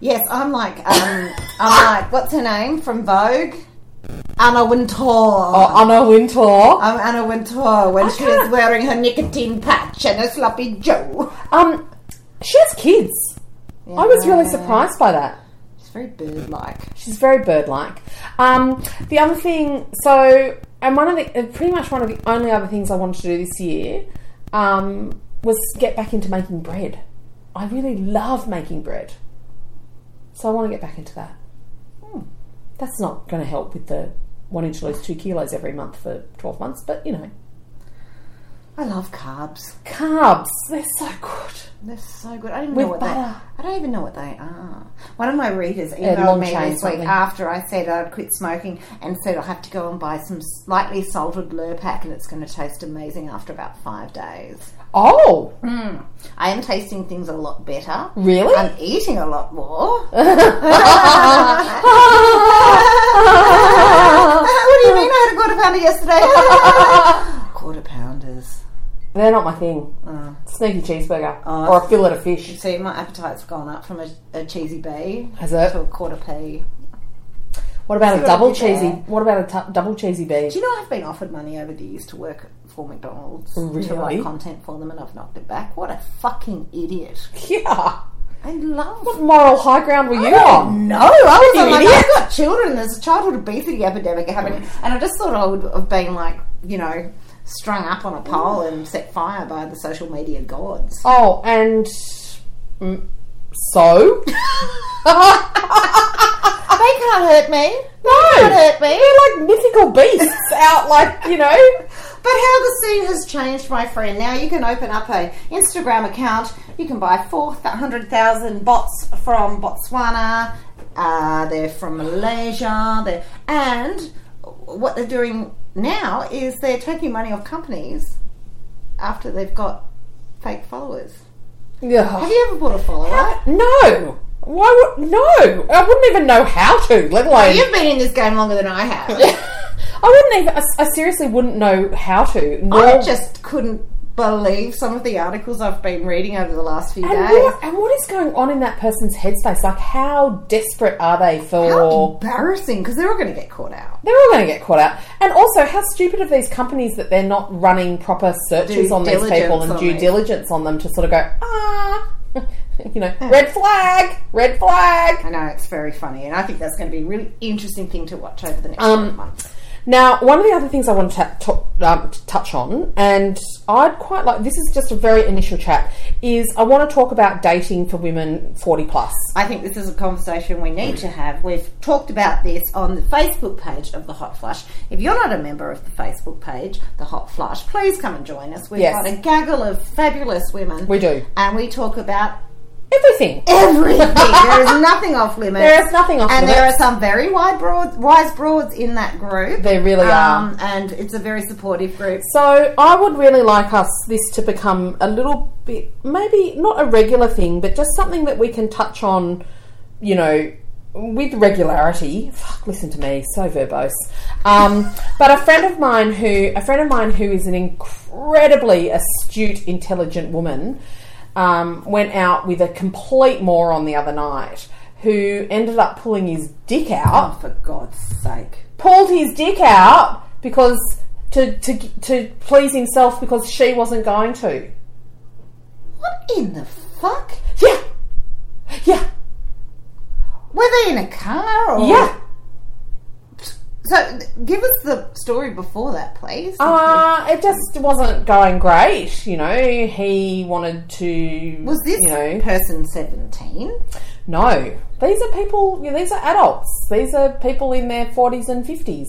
Yes, I'm like, um, I'm like, what's her name from Vogue? Anna Wintour.
Oh, Anna Wintour.
I'm Anna Wintour when she was
can't-
wearing her nicotine patch and a sloppy Joe.
Um, she has kids. I was really surprised by that.
It's very bird-like.
She's very bird-like. Um, the other thing, so and one of the uh, pretty much one of the only other things I wanted to do this year um, was get back into making bread. I really love making bread, so I want to get back into that. Hmm. That's not going to help with the wanting to lose two kilos every month for twelve months, but you know,
I love carbs.
carbs—they're so good.
They're so good. I don't even
With
know what
butter.
they. I don't even know what they are. One of my readers
long
emailed me
chain
this
something.
week after I said I'd quit smoking and said I'll have to go and buy some slightly salted Lurpak and it's going to taste amazing after about five days.
Oh,
Mm. I am tasting things a lot better.
really? [LAUGHS]
I'm eating a lot more. [LAUGHS] what do you mean? I had a quarter pounder yesterday. [LAUGHS] quarter pounders.
They're not my thing.
Oh.
Sneaky cheeseburger
Oh,
or a fillet of fish.
See, my appetite's gone up from a, a cheesy bee
Has it?
to a quarter pea.
What about a
Sort of
double
there.
cheesy? What about a t- double cheesy bee?
[LAUGHS] Do you know I've been offered money over the years to work for McDonald's to
Really?
write content for them, and I've knocked it back. What a fucking idiot!
Yeah.
I love.
What moral high ground were you on?
No, I was
You
I'm like,
idiot.
I've got children. There's a childhood obesity epidemic happening, and I just thought I would have been like, you know, strung up on a pole and set fire by the social media gods.
Oh, and mm, so
They can't hurt me.
no,
hurt me.
they're like mythical beasts out, like you know.
But how the scene has changed, my friend. Now you can open up a Instagram account. You can buy four hundred thousand bots from Botswana. Uh, they're from Malaysia. They're, and what they're doing now is they're taking money off companies after they've got fake followers. Have
Yeah.
you ever bought a follower?
No. Why would no? I wouldn't even know how to. Let alone.
You've been in this game longer than I have.
[LAUGHS] I wouldn't even. I, I seriously wouldn't know how to. Nor
I just couldn't believe some of the articles I've been reading over the last few
And
days.
what, and what is going on in that person's headspace? Like, how desperate are they for?
How embarrassing because they're all going to get caught out.
They're all going to get caught out. And also, how stupid of these companies that they're not running proper searches
Due
on these people
diligence
and
on
due
it.
diligence on them to sort of go, ah, [LAUGHS] you know, red flag, red
I
flag.
know it's very funny, and I think that's going to be a really interesting thing to watch over the next
Um,
few months.
Now, one of the other things I want to, ta- to- um, to touch on, and I'd quite like this is just a very initial chat, is I want to talk about dating for women 40 plus.
I think this is a conversation we need to have. We've talked about this on the Facebook page of the Hot Flush. If you're not a member of the Facebook page, the Hot Flush, please come and join us. We've
Yes.
got a gaggle of fabulous women.
We do.
and we talk about
Everything. [LAUGHS]
everything. there is nothing off limits.
There is nothing off
and
limits.
there are some very wide broads, wise broads in that group.
There really are.
um, and it's a very supportive group.
So I would really like us this to become a little bit, maybe not a regular thing, but just something that we can touch on, you know, with regularity. Fuck, listen to me, so verbose. Um, but a friend of mine who, a friend of mine who is an incredibly astute, intelligent woman, um, went out with a complete moron the other night. Who ended up pulling his dick out?
Oh, for God's sake.
pulled his dick out because to to to please himself because she wasn't going to.
What in the fuck?
Yeah, yeah,
Were they in a car or?
yeah.
So th- give us the story before that, please.
Uh, it just wasn't going great. You know, he wanted to.
was this
You know,
person 17?
no. These are people. You know, these are adults. These are people in their forties and fifties.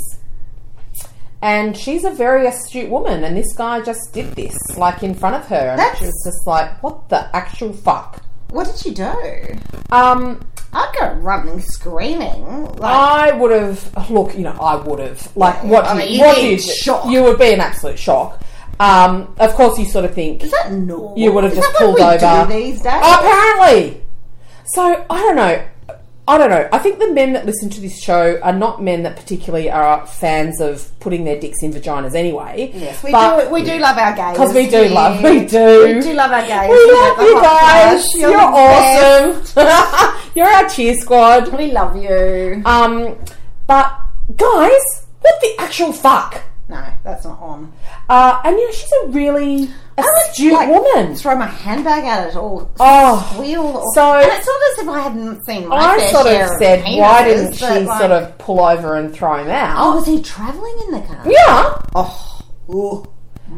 And she's a very astute woman, and this guy just did this, like in front of her, and she
That's-
was just like, "What the actual fuck?"
What did she do?
Um,
I'd go running screaming. Like,
I would have look, you know, I would have like what?
I
do
mean,
you,
you'd
what
be in
did
shock.
you would be in absolute shock. Um, of course, you sort of think.
Is that normal?
Oh. You would have
Is
just
that what
pulled
we
over. Oh,
do these days.
Apparently. So I don't know. I don't know. I think the men that listen to this show are not men that particularly are fans of putting their dicks in vaginas anyway.
Yes, we
But-
do. We do love our gays
'Cause we do love- we do.
We do love our gays.
We
We're
love
the
you
hot
guys.
crush.
You're,
the best.
awesome. [LAUGHS] You're our cheer squad.
We love you.
Um, but guys, what the actual fuck?
No, that's not on.
Uh, and you know she's a really astute
like,
woman.
Throw my handbag at it all.
Oh,
Wheel.
So-
and it's not as if I hadn't seen. My
I
fair
sort
share
of said,
penises,
why didn't she
but, like,
sort of pull over and throw him out?
Oh, was he travelling in the car?
Yeah.
Oh.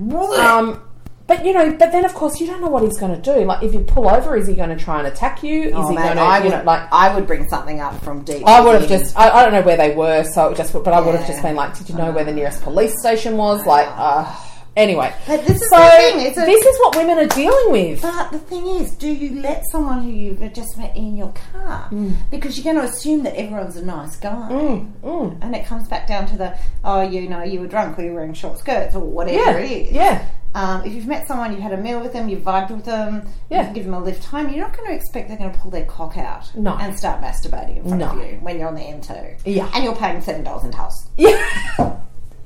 Um, but you know, but then of course you don't know what he's going to do. Like, if you pull over, is he going to try and attack you? Is he going
Oh, I
to, you
would
know, like?
I would bring something up from deep.
I would have
within.
just. I, I don't know where they were, so it just. But I would have
Yeah.
just been like, did you know where the nearest police station was? Like, uh, anyway.
But this is
So
the thing. Is it,
this is what women are dealing with.
But the thing is, do you let someone who you've just met in your car? Because you're going to assume that everyone's a nice guy.
mm.
And it comes back down to the, oh, you know, you were drunk or you were wearing short skirts or whatever
Yeah,
it is.
yeah.
Um, if you've met someone, you've had a meal with them, you've vibed with them,
Yeah.
you can give them a lift home, you're not going to expect they're going to pull their cock out
No.
and start masturbating in front of
No.
you when you're on the M2.
Yeah.
And you're paying $7 in tolls.
[LAUGHS] Yeah.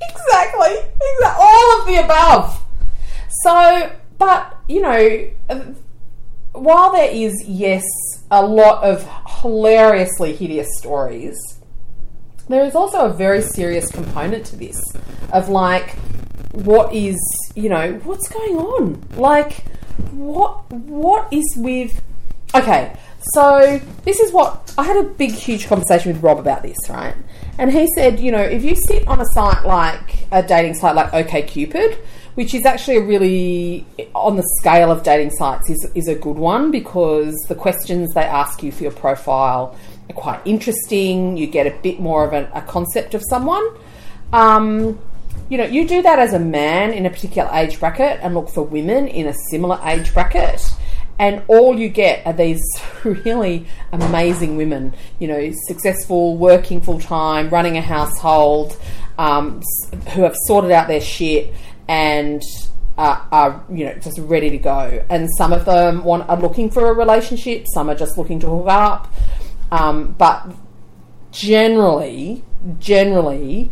exactly. Exactly. All of the above. So, but, you know, uh, while there is, yes, a lot of hilariously hideous stories, there is also a very serious component to this of like, what is, you know, what's going on? Like, what what is with. Okay, so this is what I had a big, huge conversation with Rob about this, right? And he said, you know, if you sit on a site like a dating site like OKCupid, which is actually a really, on the scale of dating sites, is, is a good one because the questions they ask you for your profile are quite interesting. You get a bit more of a, a concept of someone. Um, you know, you do that as a man in a particular age bracket and look for women in a similar age bracket, and all you get are these [LAUGHS] really amazing women, you know, successful, working full time, running a household, um, s- who have sorted out their shit and are, are, you know, just ready to go. And some of them want, are looking for a relationship, some are just looking to hook up, um, but generally, generally,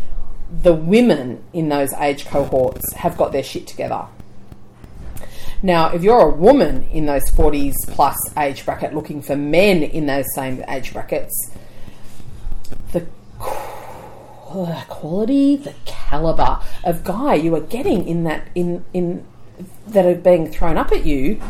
the women in those age cohorts have got their shit together. Now, if you're a woman in those 40s plus age bracket looking for men in those same age brackets, the qu- quality, the caliber of guy you are getting in that in in that are being thrown up at you,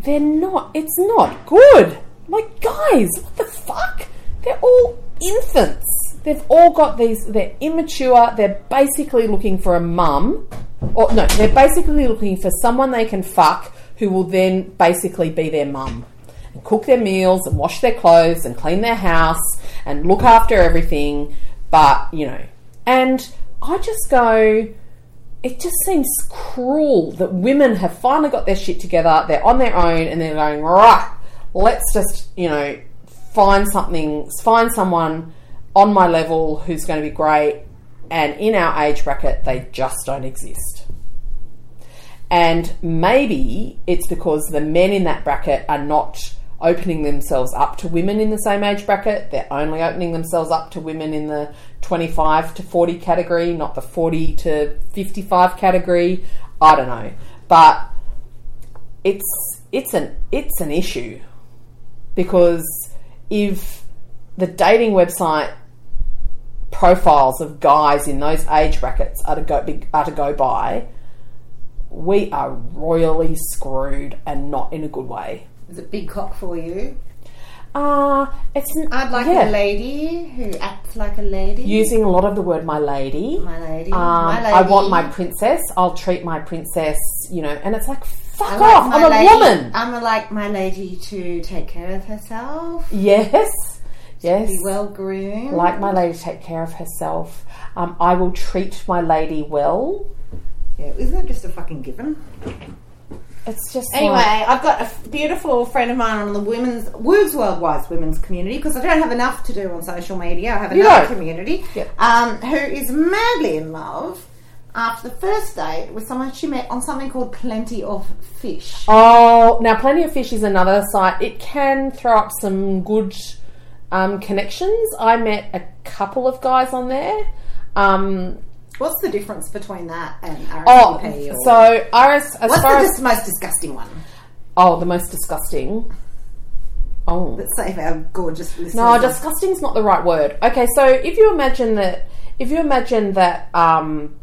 they're not. It's not good. Like guys, what the fuck? They're all infants. They've all got these. They're immature. They're basically looking for a mum, or no, they're basically looking for someone they can fuck who will then basically be their mum and cook their meals and wash their clothes and clean their house and look after everything. But you know, and I just go it just seems cruel that women have finally got their shit together, they're on their own, and they're going, right, let's just, you know, find something, find someone on my level who's going to be great. And in our age bracket, they just don't exist. And maybe it's because the men in that bracket are not opening themselves up to women in the same age bracket. They're only opening themselves up to women in the 25 to 40 category, not the 40 to 55 category. I don't know. But it's it's an it's an issue because if the dating website profiles of guys in those age brackets are to go are to go by, we are royally screwed and not in a good way.
It's a big cock for you.
Ah, it's an,
I'd like
yeah,
a lady who acts like a lady.
using a lot of the word my lady.
my lady.
Um,
my lady.
I want my princess. I'll treat my princess, you know, and it's like fuck
I like
off.
my
I'm a
lady-
woman.
I'm like my lady to take care of herself,
Yes, yes.
be well groomed.
like my lady to take care of herself. Um, I will treat my lady well.
yeah, isn't that just a fucking given?
It's just
Anyway,
like-
I've got a f- beautiful friend of mine on the women's Woos Worldwide women's community because I don't have enough to do on social media. I have
You
another
don't.
community
Yep.
um, who is madly in love after the first date with someone she met on something called Plenty of Fish.
Oh, now Plenty of Fish is another site. It can throw up some good um, connections. I met a couple of guys on there. Um,
What's the difference between that and
oh,
RSVP? or-
so RS, as
what's
far
the
as
dis- most disgusting one?
oh, the most disgusting. Oh,
Let's save our gorgeous listeners.
No, disgusting's not the right word. Okay, so if you imagine that, if you imagine that, um,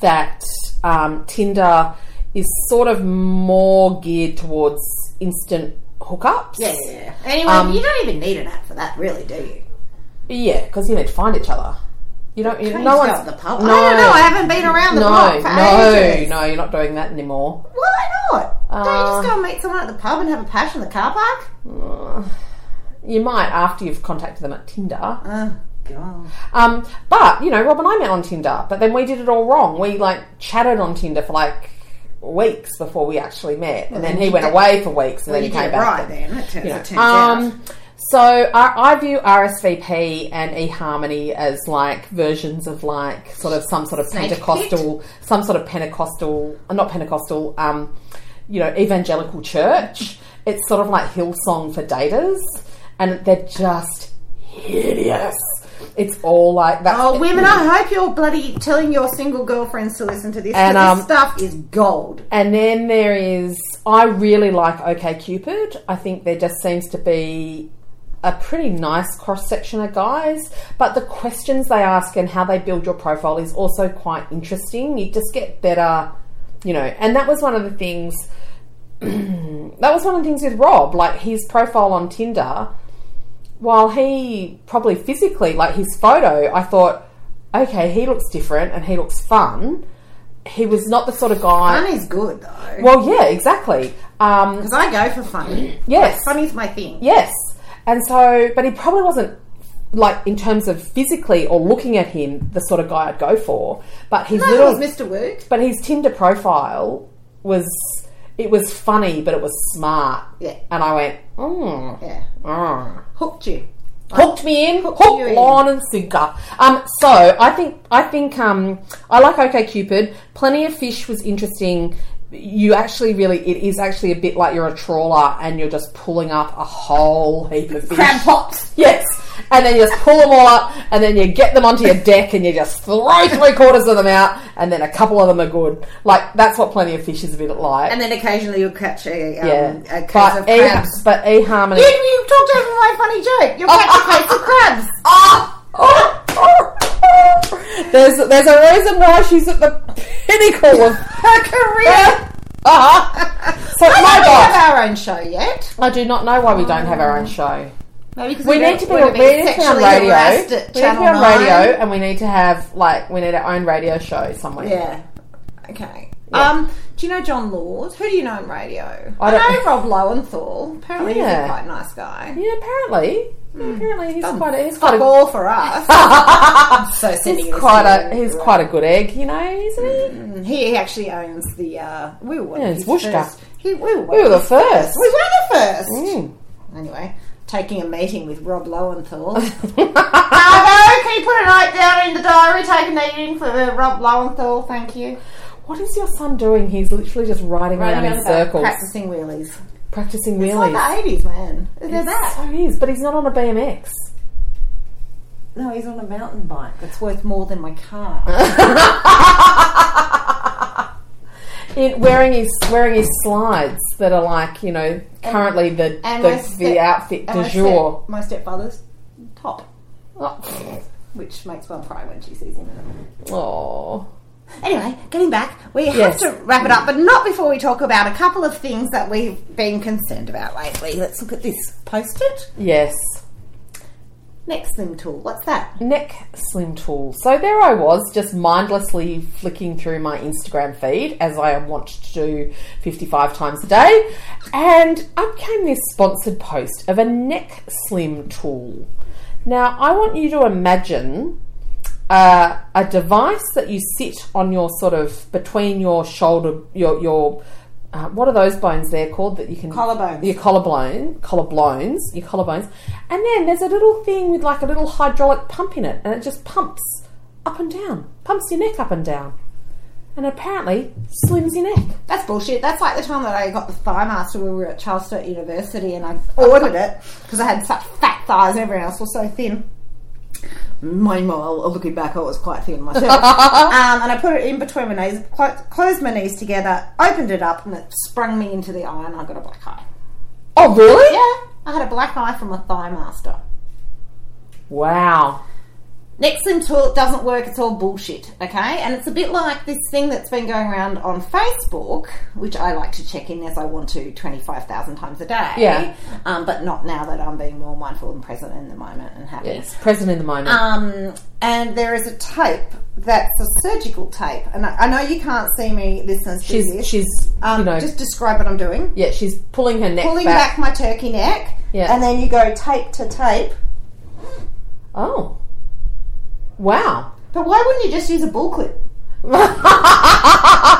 that um, Tinder is sort of more geared towards instant hookups.
yeah, yeah, yeah. Anyway,
Um,
you don't even need an app for that, really, do you?
yeah, because you need to find each other. You don't. You, no
Please go
one's
to the pub. I don't know. I haven't been around the block
no,
for
no,
ages.
no. You're not doing that anymore.
Why not? don't you
Uh,
just go and meet someone at the pub and have a pash in the car park?
You might after you've contacted them at Tinder.
Oh god.
Um, but you know, Rob and I met on Tinder, but then we did it all wrong. We like chatted on Tinder for like weeks before we actually met, and then he went away for weeks, and
Well,
then he
you did
came
it
back.
right then. It turns,
you know.
it turns out.
um, so I, I view RSVP and eHarmony as like versions of like sort of some sort of
Snake
Pentecostal, some sort of Pentecostal, uh, not Pentecostal, um, you know, evangelical
[LAUGHS]
church. It's sort of like Hillsong for daters, and they're just hideous. It's all like that.
Oh, women! I hope you're bloody telling your single girlfriends to listen to this. 'cause
And, um,
this stuff is gold.
And then there is, I really like OK Cupid. I think there just seems to be a pretty nice cross section of guys, but the questions they ask and how they build your profile is also quite interesting. You just get better, you know. And that was one of the things. [CLEARS THROAT] that was one of the things with Rob. Like his profile on Tinder, while he probably physically, like his photo, I thought, okay, he looks different and he looks fun. He was not the sort of guy.
Fun is good though,
Well, yeah, exactly. Um,
because I go for funny.
yes,
Funny's my thing.
yes. And so, but he probably wasn't like in terms of physically or looking at him the sort of guy I'd go for. But his
No,
little,
it was Mr. Woot.
but his Tinder profile was it was funny, but it was smart.
Yeah.
And I went, mm,
Yeah,
mm.
hooked you.
hooked me in, hook,
you in.
line and sinker. Um, so I think I think um, I like OK Cupid. Plenty of Fish was interesting. You actually really, it is actually a bit like you're a trawler and you're just pulling up a whole heap of fish.
Crab pops.
Yes. And then you just pull them all up and then you get them onto your deck and you just throw three quarters of them out and then a couple of them are good. Like, that's what Plenty of Fish is a bit like.
And then occasionally you'll catch a, um,
yeah.
a case of
But, e-
crabs.
but eHarmony.
You, you talked over my funny
[LAUGHS]
joke. You'll catch a case of crabs.
There's there's a reason why she's at the pinnacle of her [LAUGHS] career. Uh-huh. So my
We don't
God,
have our own show yet.
I do not know why we don't have our own show.
Maybe because
We need to be, we need to be on radio. We need to be on radio, and we need to have like we need our own radio show somewhere.
Yeah. Okay. Um, do you know John Laws? Who do you know on radio? I,
I don't-
know Rob Lowenthal. Apparently
Yeah.
he's a quite nice guy.
Yeah, apparently, apparently he's
Done
quite a, he's quite
Fuck
a
all for us. I'm so
[LAUGHS]
sending
he's
this
quite
to
a
you.
he's quite a good egg, you know, isn't he?
Mm, He actually owns the. Uh, we were one
Yeah,
of
it's
his
Worcester.
first. He, we were.
We were the first.
We were the first.
Mm.
Anyway, taking a meeting with
[LAUGHS]
Rob Lowenthal. Arvo, can you put a note down in the diary? Take a meeting for uh, Rob Lowenthal. Thank you.
[LAUGHS] What is your son doing? He's literally just riding,
Running
around in
around about
circles,
Practicing wheelies.
practicing
It's like
wheelies.
the eighties, man. Is there that?
So he is, but he's not on a BMX.
No, he's on a mountain bike. That's worth more than my car.
In wearing his wearing his slides that are like you know currently the
[LAUGHS] and my
the,
step-
the outfit
And
du
I
jour.
set my stepfather's top,
Oh,
which makes one cry when she sees him.
oh.
Anyway, getting back, we
Yes.
have to wrap it up, but not before we talk about a couple of things that we've been concerned about lately. Let's look at this post-it.
yes.
Next slim tool. What's that?
Neck slim tool. So there I was, just mindlessly flicking through my Instagram feed as I am wont to do 55 times a day, and up came this sponsored post of a neck slim tool. Now I want you to imagine uh, a device that you sit on your sort of between your shoulder, your your uh, what are those bones there called that you can
Collarbones.
your collarbone, collarbones, your collarbones, and then there's a little thing with like a little hydraulic pump in it, and it just pumps up and down, pumps your neck up and down. and apparently slims your neck.
That's bullshit. That's like the time that I got the thigh master when we were at Charles Sturt University and I ordered it because I had such fat thighs and everyone else was so thin. Meanwhile, looking back, I was quite thin myself. um, and I put it in between my knees, clo- closed my knees together, opened it up, and it sprung me into the eye, and I got a black eye.
Oh, really?
Yeah, I had a black eye from a thigh master.
Wow.
Next Slim Toilet doesn't work, it's all bullshit, okay? And it's a bit like this thing that's been going around on Facebook, which I like to check in as I want to 25,000 times a day.
Yeah.
Um, but not now that I'm being more mindful and present in the moment and happy.
It's present in the moment.
Um, and there is a tape that's a surgical tape. And I, I know you can't see me, listeners, do
she's
this.
she's
um,
you know
just describe what I'm doing.
yeah she's pulling her neck
Pulling
back.
back my turkey neck,
Yeah.
and then you go tape to tape.
Oh. Wow. [LAUGHS]
But why wouldn't you just use a bull clip?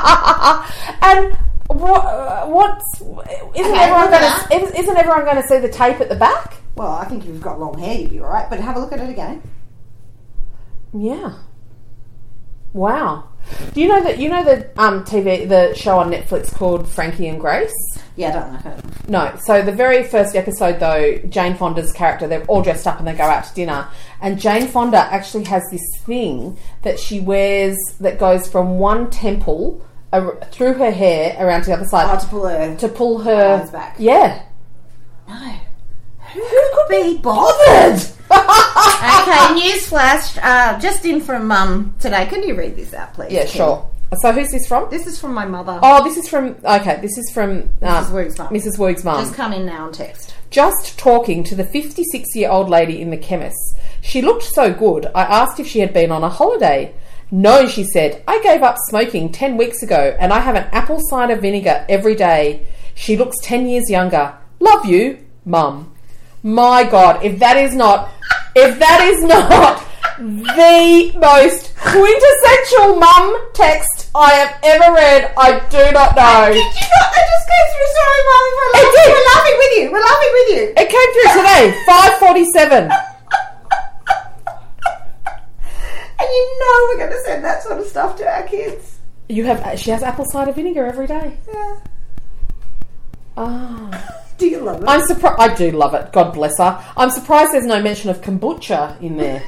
and what uh, what's isn't
Okay,
everyone
look
going
at
to isn't everyone going to see the tape at the back?
Well, I think if you've got long hair, you'd be alright, but have a look at it again.
Yeah. Wow. Do you know that you know the um, TV the show on Netflix called Frankie and Grace?
Yeah, I don't like it.
No. So the very first episode though, Jane Fonda's character, they're all dressed up and they go out to dinner. And Jane Fonda actually has this thing that she wears that goes from one temple ar- through her hair around to the other
I
side
Oh, to pull a.
to pull her
Eyes back.
Yeah.
No. Who could be bothered? [LAUGHS]
Good.
okay, newsflash. Uh, just in from Mum today. Can you read this out, please?
Yeah,
Kim?
sure. So who's this from?
This is from my mother.
Oh, this is from okay. This is from uh,
Mrs. Wig's mum.
Mrs. Wig's mum.
Just come in now and text.
Just talking to the 56 year old lady in the chemist. She looked so good, I asked if she had been on a holiday. No, she said, I gave up smoking 10 weeks ago and I have an apple cider vinegar every day. She looks 10 years younger. Love you, Mum. My God, if that is not, if that is not the most quintessential mum text I have ever read, I do not know.
Did you not? I just came through. Sorry, Mum. If we're,
It
laughing,
Oh. did.
we're laughing with you. We're laughing with you.
It came through today, 547.
And you know we're going to send that sort of stuff to our kids.
You have she has apple cider vinegar every day.
Yeah.
Ah,
Do you love it?
I'm surprised. I do love it. God bless her. I'm surprised there's no mention of kombucha in there.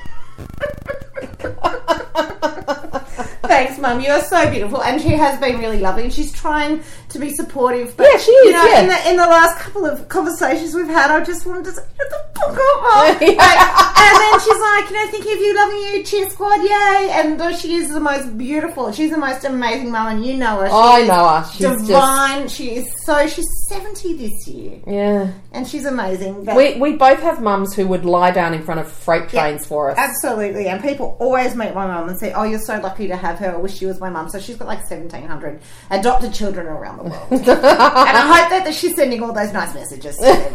Thanks, Mum. You are so beautiful, and she has been really lovely. And she's trying to be supportive. But,
Yeah, she
You
is,
know,
yeah.
in, the, in the last couple of conversations we've had, I just wanted to say, "Shut the fuck up, Mum."
[LAUGHS] Yeah.
Like, and then she's like, "You know, thinking of you, loving you, cheer squad, yay!" And uh, she is the most beautiful. She's the most amazing mum, and you know her. She
I
is
know her. Oh, She's just-
divine. She is so. She's seventy this year,
Yeah,
and she's amazing. But
we we both have mums who would lie down in front of freight
Yeah.
trains for us. [LAUGHS]
Absolutely, and people always meet my mum and say, "Oh, you're so lucky to have her. I wish she was my mum." So she's got like seventeen hundred adopted children around the world,
[LAUGHS]
and I hope that, that she's sending all those nice messages. To them.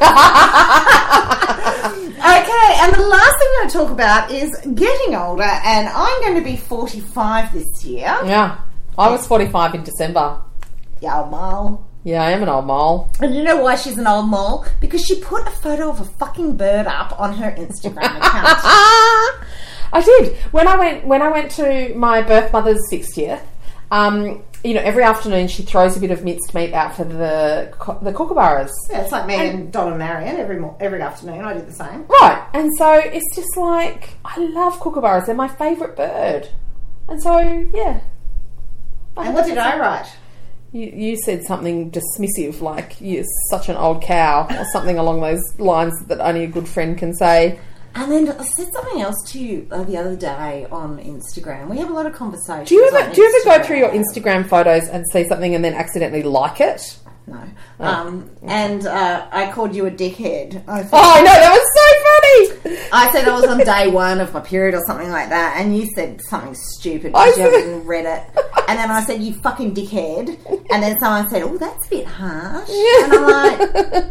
okay, and the last thing I'm going to talk about is getting older, and I'm going to be forty-five this year.
Yeah, I was 45 in December.
Yeah, old mole.
Yeah, I am an old mole.
And you know why she's an old mole? Because she put a photo of a fucking bird up on her Instagram account.
Ah, I did when I went when I went to my birth mother's sixtieth. Um, you know, every afternoon she throws a bit of minced meat out for the co- the kookaburras.
Yeah, it's like me and Don and Marion every mo- every afternoon. I do the same.
Right, and so it's just like I love kookaburras; they're my favourite bird. And so, yeah. I
And what did I write?
You, you said something dismissive, like "you're such an old cow" or something along those lines that only a good friend can say.
And then I said something else to you uh, the other day on Instagram. We have a lot of conversations.
Do you ever
on
do you ever go
Instagram.
through your Instagram photos and see something and then accidentally like it?
No. Um, and uh, I called you a dickhead. I,
Oh,
thought-
I know that was so funny.
I said I
[LAUGHS]
was on day one of my period or something like that, and you said something stupid.
I
because you
said-
haven't read it. And then I said, you fucking dickhead. And then someone said, oh, that's a bit harsh. And I'm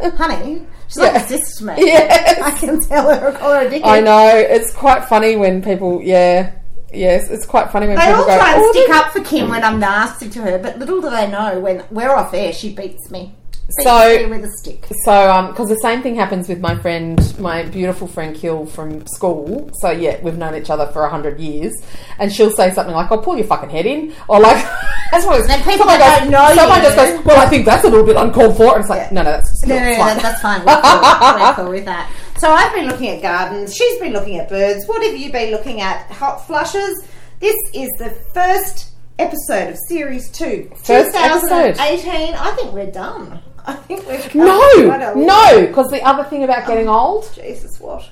[LAUGHS]
like, honey, she's
Yeah.
like, this me.
[LAUGHS] Yes.
I can tell her, call her a dickhead.
I know it's quite funny when people, yeah, yes, it's quite funny when
They
people
all
go.
try and
"Oh,
stick up for Kim when I'm nasty to her, but little do they know when we're off air, she beats me.
So
with a stick.
So, um, because the same thing happens with my friend, my beautiful friend Kill from school. So, yeah, we've known each other for a hundred years, and she'll say something like, "I'll pull your fucking head in," or like, [LAUGHS] "That's what it's."
And people
someone
that
goes,
don't know
someone
you.
just goes, "Well, I think that's a little bit uncalled for." And it's like,
Yeah.
no, no, that's just
[LAUGHS] No,
not
no, no,
fine.
that- that's fine. We're cool. We're cool with that. So I've been looking at gardens. She's been looking at birds. What have you been looking at? Hot flushes. This is the first episode of series two,
First episode.
2018. I think we're done. I think we're
No, no, because the other thing about getting
Oh.
old
Jesus, what?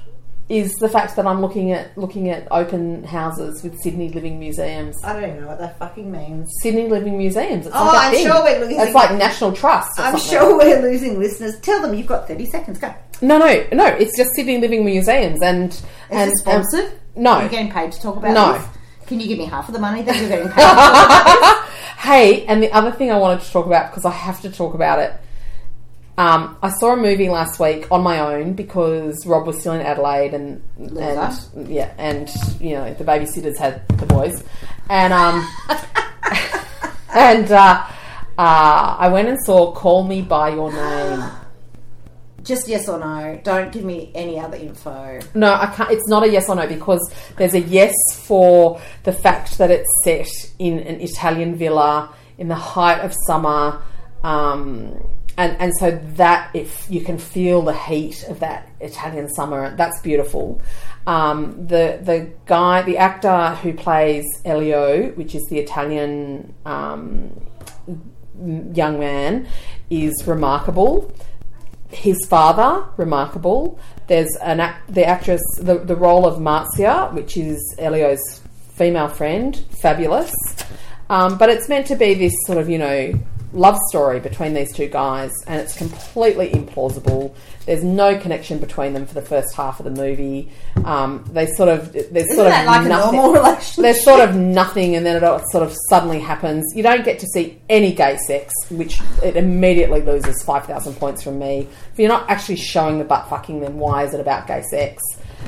is the fact that I'm looking at looking at open houses with Sydney Living Museums.
I don't even know what that fucking means.
Sydney Living Museums. It's
Oh,
like that
I'm
thing.
sure we're losing-
It's like National Trust. or
I'm
something.
sure we're losing listeners. Tell them you've got 30 seconds. Go.
No, no, no. It's just Sydney Living Museums, and
Is
and
it sponsored?
no.
Are you getting paid to talk about
No.
this? Can you give me half of the money that you're
[LAUGHS]
getting paid?
hey, and the other thing I wanted to talk about because I have to talk about it. Um, I saw a movie last week on my own because Rob was still in Adelaide, and
Loser.
and yeah, and you know the babysitters had the boys, and um, [LAUGHS] and uh, uh, I went and saw Call Me by Your Name.
Just yes or no. Don't give me any other
[LAUGHS]
info.
No, I can't. It's not a yes or no because there's a yes for the fact that it's set in an Italian villa in the height of summer, um, and and so that if you can feel the heat of that Italian summer, that's beautiful. Um, the the guy, the actor who plays Elio, which is the Italian um, young man, is remarkable his father, remarkable. There's an act, the actress, the, the role of Marzia, which is Elio's female friend, fabulous. Um, but it's meant to be this sort of, you know, love story between these two guys, and it's completely implausible. There's no connection between them for the first half of the movie. Um, they sort of, there's sort
that
of
like a
nothing-
normal [LAUGHS] relationship?
There's sort of nothing, and then it all sort of suddenly happens. You don't get to see any gay sex, which it immediately loses 5,000 points from me. If you're not actually showing the butt fucking, then why is it about gay sex?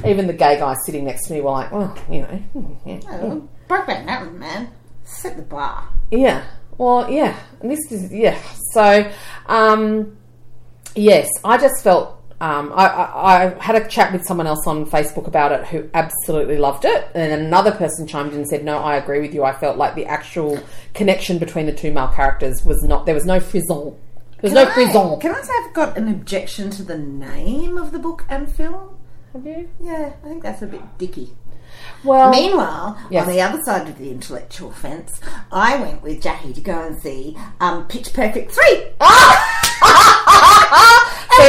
Even the gay guys sitting next to me were like, well, you know, hmm, yeah.
Oh, Brokeback Mountain, man. Set the bar.
Yeah. Well, yeah. And this is yeah. So, um, yes, I just felt um, I, I, I had a chat with someone else on Facebook about it who absolutely loved it, and then another person chimed in and said, "No, I agree with you. I felt like the actual connection between the two male characters was not. There was no frisson. There was no frisson.
Can I say I've got an objection to the name of the book and film?
Have you?
Yeah, I think that's a bit dicky.
Well, [LAUGHS]
Meanwhile,
Um, Yes.
on the other side of the intellectual fence, I went with Jackie to go and see um, Pitch Perfect 3.
see,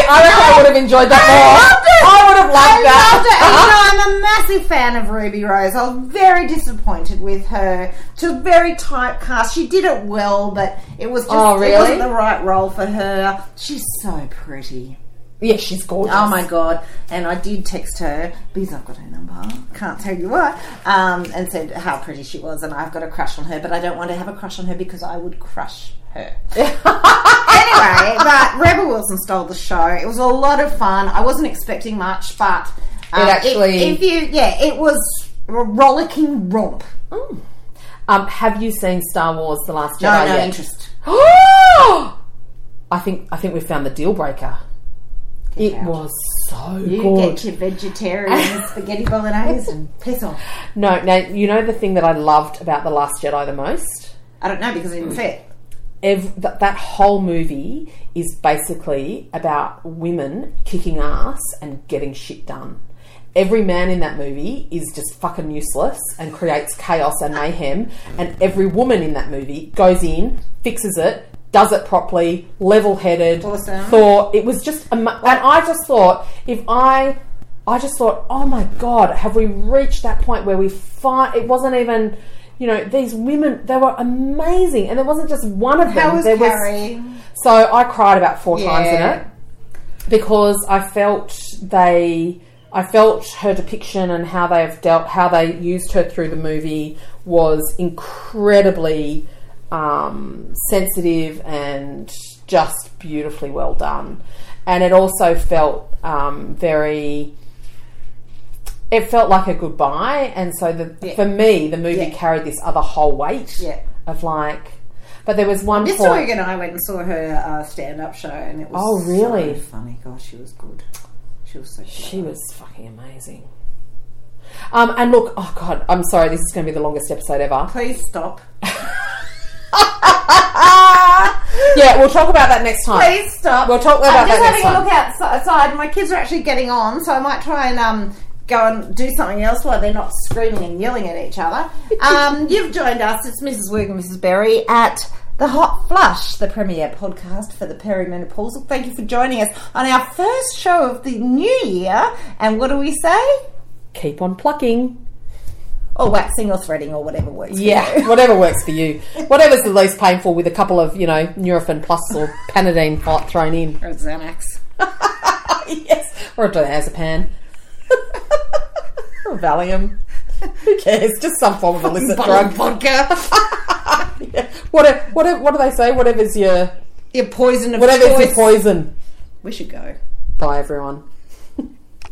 I reckon I would have enjoyed that
I
more.
loved it.
I would have loved
I loved it.
that. Uh-huh.
And, you know, I'm a massive fan of Ruby Rose. I was very disappointed with her. She was very typecast. She did it well, but it was just
Oh,
it wasn't
really?
the right role for her. She's so pretty.
yeah, she's gorgeous.
Oh my god! And I did text her because I've got her number. Can't tell you why. Um, and said how pretty she was, and I've got a crush on her, but I don't want to have a crush on her because I would crush
[LAUGHS]
her. anyway, but Rebel Wilson stole the show. It was a lot of fun. I wasn't expecting much, but um,
It actually-
if, if you, yeah, it was a rollicking romp.
Um, have you seen Star Wars: The Last
No,
Jedi
no
yet?
interest.
[GASPS] I think I think we found the deal breaker. it
out.
was so
You
good.
get your vegetarian
[LAUGHS]
spaghetti bolognese and piss off.
No, now you know the thing that I loved about the Last Jedi the most.
I don't know because I didn't see it.
Ev- that, that whole movie is basically about women kicking ass and getting shit done. Every man in that movie is just fucking useless and creates chaos and mayhem, and every woman in that movie goes in, fixes it, does it properly, level-headed,
Awesome.
thought it was just ama- and i just thought if i i just thought oh my god have we reached that point where we find it wasn't even you know these women they were amazing and there wasn't just one of them
How was
there
Carrie?
so i cried about four times in
Yeah.
it because I felt they, I felt her depiction and how they have dealt, how they used her through the movie was incredibly um, sensitive and just beautifully well done. And it also felt um, very. It felt like a goodbye, and so the
Yeah.
for me the movie
Yeah.
carried this other whole weight
Yeah.
of like But there was one
Miss
point.
Hogan and I went and saw her uh, stand-up show, and it was
Oh, really?
so funny. Gosh, she was good. She was so good.
She was fucking amazing. Um, and look, oh god, I'm sorry. This is going to be the longest episode ever.
Please
[LAUGHS]
stop. [LAUGHS]
Yeah, we'll talk about that next time.
Please stop.
We'll talk about
I'm just
that next
having a look outside. My kids are actually getting on, so I might try and um, go and do something else while they're not screaming and yelling at
[LAUGHS]
each other. Um, you've joined us. It's Mrs. Woog and Mrs. Berry at the Hot Flush, the premier podcast for the perimenopausal. Thank you for joining us on our first show of the new year. And what do we say?
Keep on plucking.
Or waxing or threading or whatever works. for you.
Yeah, whatever works for you. Whatever's the least painful, with a couple of you know Nurofen Plus or Panadine pot thrown in.
Or Xanax. [LAUGHS]
yes, or a diazepam, or [LAUGHS] Valium. Who cares? Just some form of illicit
Bottle of
drug.
vodka.
[LAUGHS] What, what, what do they say? Whatever's your
Your poison of
whatever's
choice.
your poison.
we should go.
Bye, everyone.